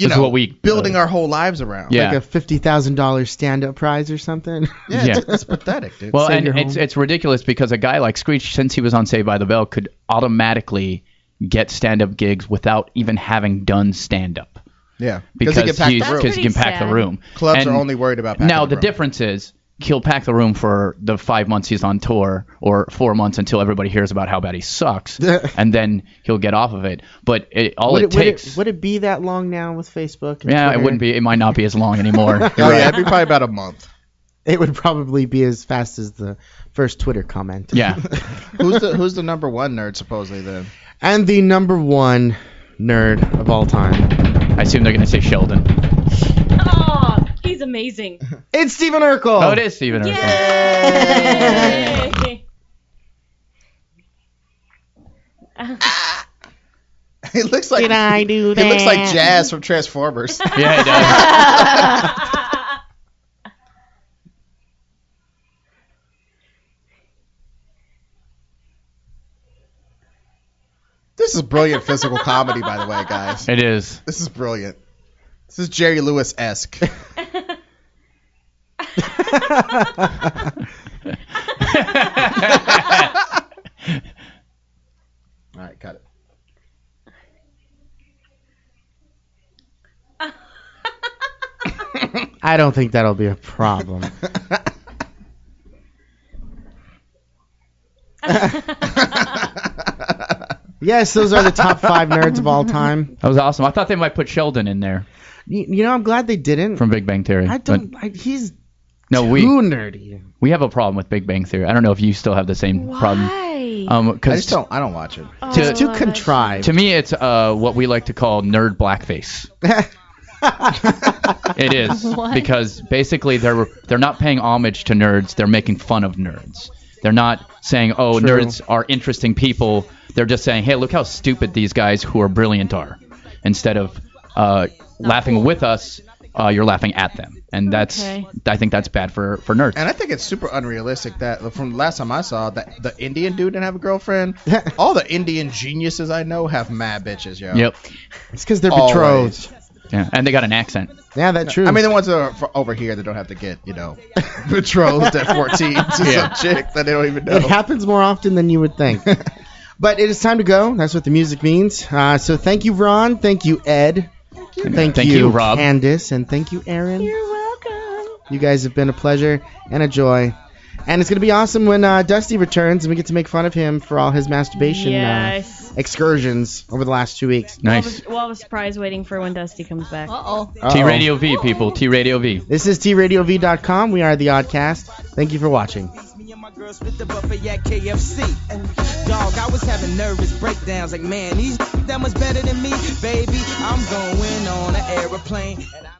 C: This is
D: know
C: what we, uh,
D: building our whole lives around.
A: (laughs)
C: Yeah.
A: Like a fifty thousand dollars stand up prize or something. (laughs)
D: yeah, it's-
C: Yeah.
D: It's, pathetic, dude.
C: Well,
A: Save
C: and
A: your
C: it's
A: home.
C: it's ridiculous because a guy like Screech, since he was on Saved by the Bell, could automatically get stand-up gigs without even having done stand-up
D: yeah, because
C: because
D: he can pack
C: he's-
D: the room.
C: 'cause he can
B: That's
C: pack the
B: pretty
C: room.
D: Clubs
C: And
D: are only worried about packing
C: now
D: the,
C: the
D: room. (laughs)
C: difference is he'll pack the room for the five months he's on tour or four months until everybody hears about how bad he
D: (laughs)
C: sucks, and then he'll get off of it. But it, all
A: would,
C: it,
A: it, would,
C: takes,
A: it, would it be that long now with Facebook? and
C: yeah, it
A: Twitter?
C: wouldn't be, it might not be as long
D: (laughs)
C: anymore.
D: Oh yeah, it'd be probably about a month.
A: It would probably be as fast as the first Twitter comment.
C: yeah,
D: (laughs) Who's the who's the number one nerd supposedly then?
A: And the number one nerd of all time.
C: I assume they're gonna say Sheldon.
B: Oh, he's amazing.
A: It's Steven Urkel.
C: Oh, it is Steven Urkel.
B: Yay!
D: (laughs) He looks like
A: Did I do
D: he
A: that?
D: looks like Jazz from Transformers.
C: (laughs) (laughs) Yeah, he
B: (laughs)
C: does.
D: (laughs) This is brilliant physical comedy, by the way, guys.
A: (laughs)
C: it is.
D: This is brilliant. This is Jerry Lewis esque. All right,
A: (laughs)
D: got it.
A: (laughs) I don't think that'll be a problem.
D: (laughs)
A: yes, those are the top five nerds of all time.
C: That was awesome. I thought they might put Sheldon in there
A: You, you know, I'm glad they didn't.
C: from Big Bang Theory.
A: I
C: but-
A: don't. I, he's
C: No,
A: too
C: we
A: nerdy.
C: we have a problem with Big Bang Theory. I don't know if you still have the same problem.
B: Why?
C: Um,
D: I
C: 'cause
D: just don't. I don't watch it.
B: Oh,
C: to-
B: I
A: It's too
B: love it.
A: contrived. (laughs)
C: to me, it's uh what we like to call nerd blackface.
A: (laughs)
C: It is because basically they're they're not paying homage to nerds. They're making fun of nerds. They're not saying, "Oh,
A: True.
C: nerds are interesting people." They're just saying, "Hey, look how stupid these guys who are brilliant are," instead of uh, laughing with us. Uh, you're laughing at them, and that's
B: Okay.
C: I think that's bad for for nerds.
D: And I think it's super unrealistic that from the last time I saw that the Indian dude didn't have a girlfriend. All the Indian geniuses I know have mad bitches, yo.
C: Yep.
A: It's because they're
D: Always.
A: betrothed.
C: Yeah. And they got an accent.
A: Yeah, that's true.
D: I mean, the ones that are f- over here that don't have to get, you know, (laughs) betrothed at 14 to some chick that they don't even know.
A: It happens more often than you would think.
D: (laughs)
A: but it is time to go. That's what the music means. Uh, so thank you, Ron. Thank you, Ed. Thank you,
C: Thank you, Rob.
A: Candice, and thank you, Aaron.
B: You're welcome.
A: You guys have been a pleasure and a joy. And it's going to be awesome when uh, Dusty returns and we get to make fun of him for all his masturbation
B: Yes.
A: uh, excursions over the last two weeks.
C: Nice.
B: We'll have a surprise waiting for when Dusty comes back.
E: Uh-oh.
C: T Radio V, people. T Radio V.
A: This is TRadioV.com. We are the Oddcast. Thank you for watching.
J: Me and my girl split the buffet at KFC. Dog, I was having nervous (laughs) breakdowns. Like, man, these that much better than me, baby. I'm going on an airplane. And I-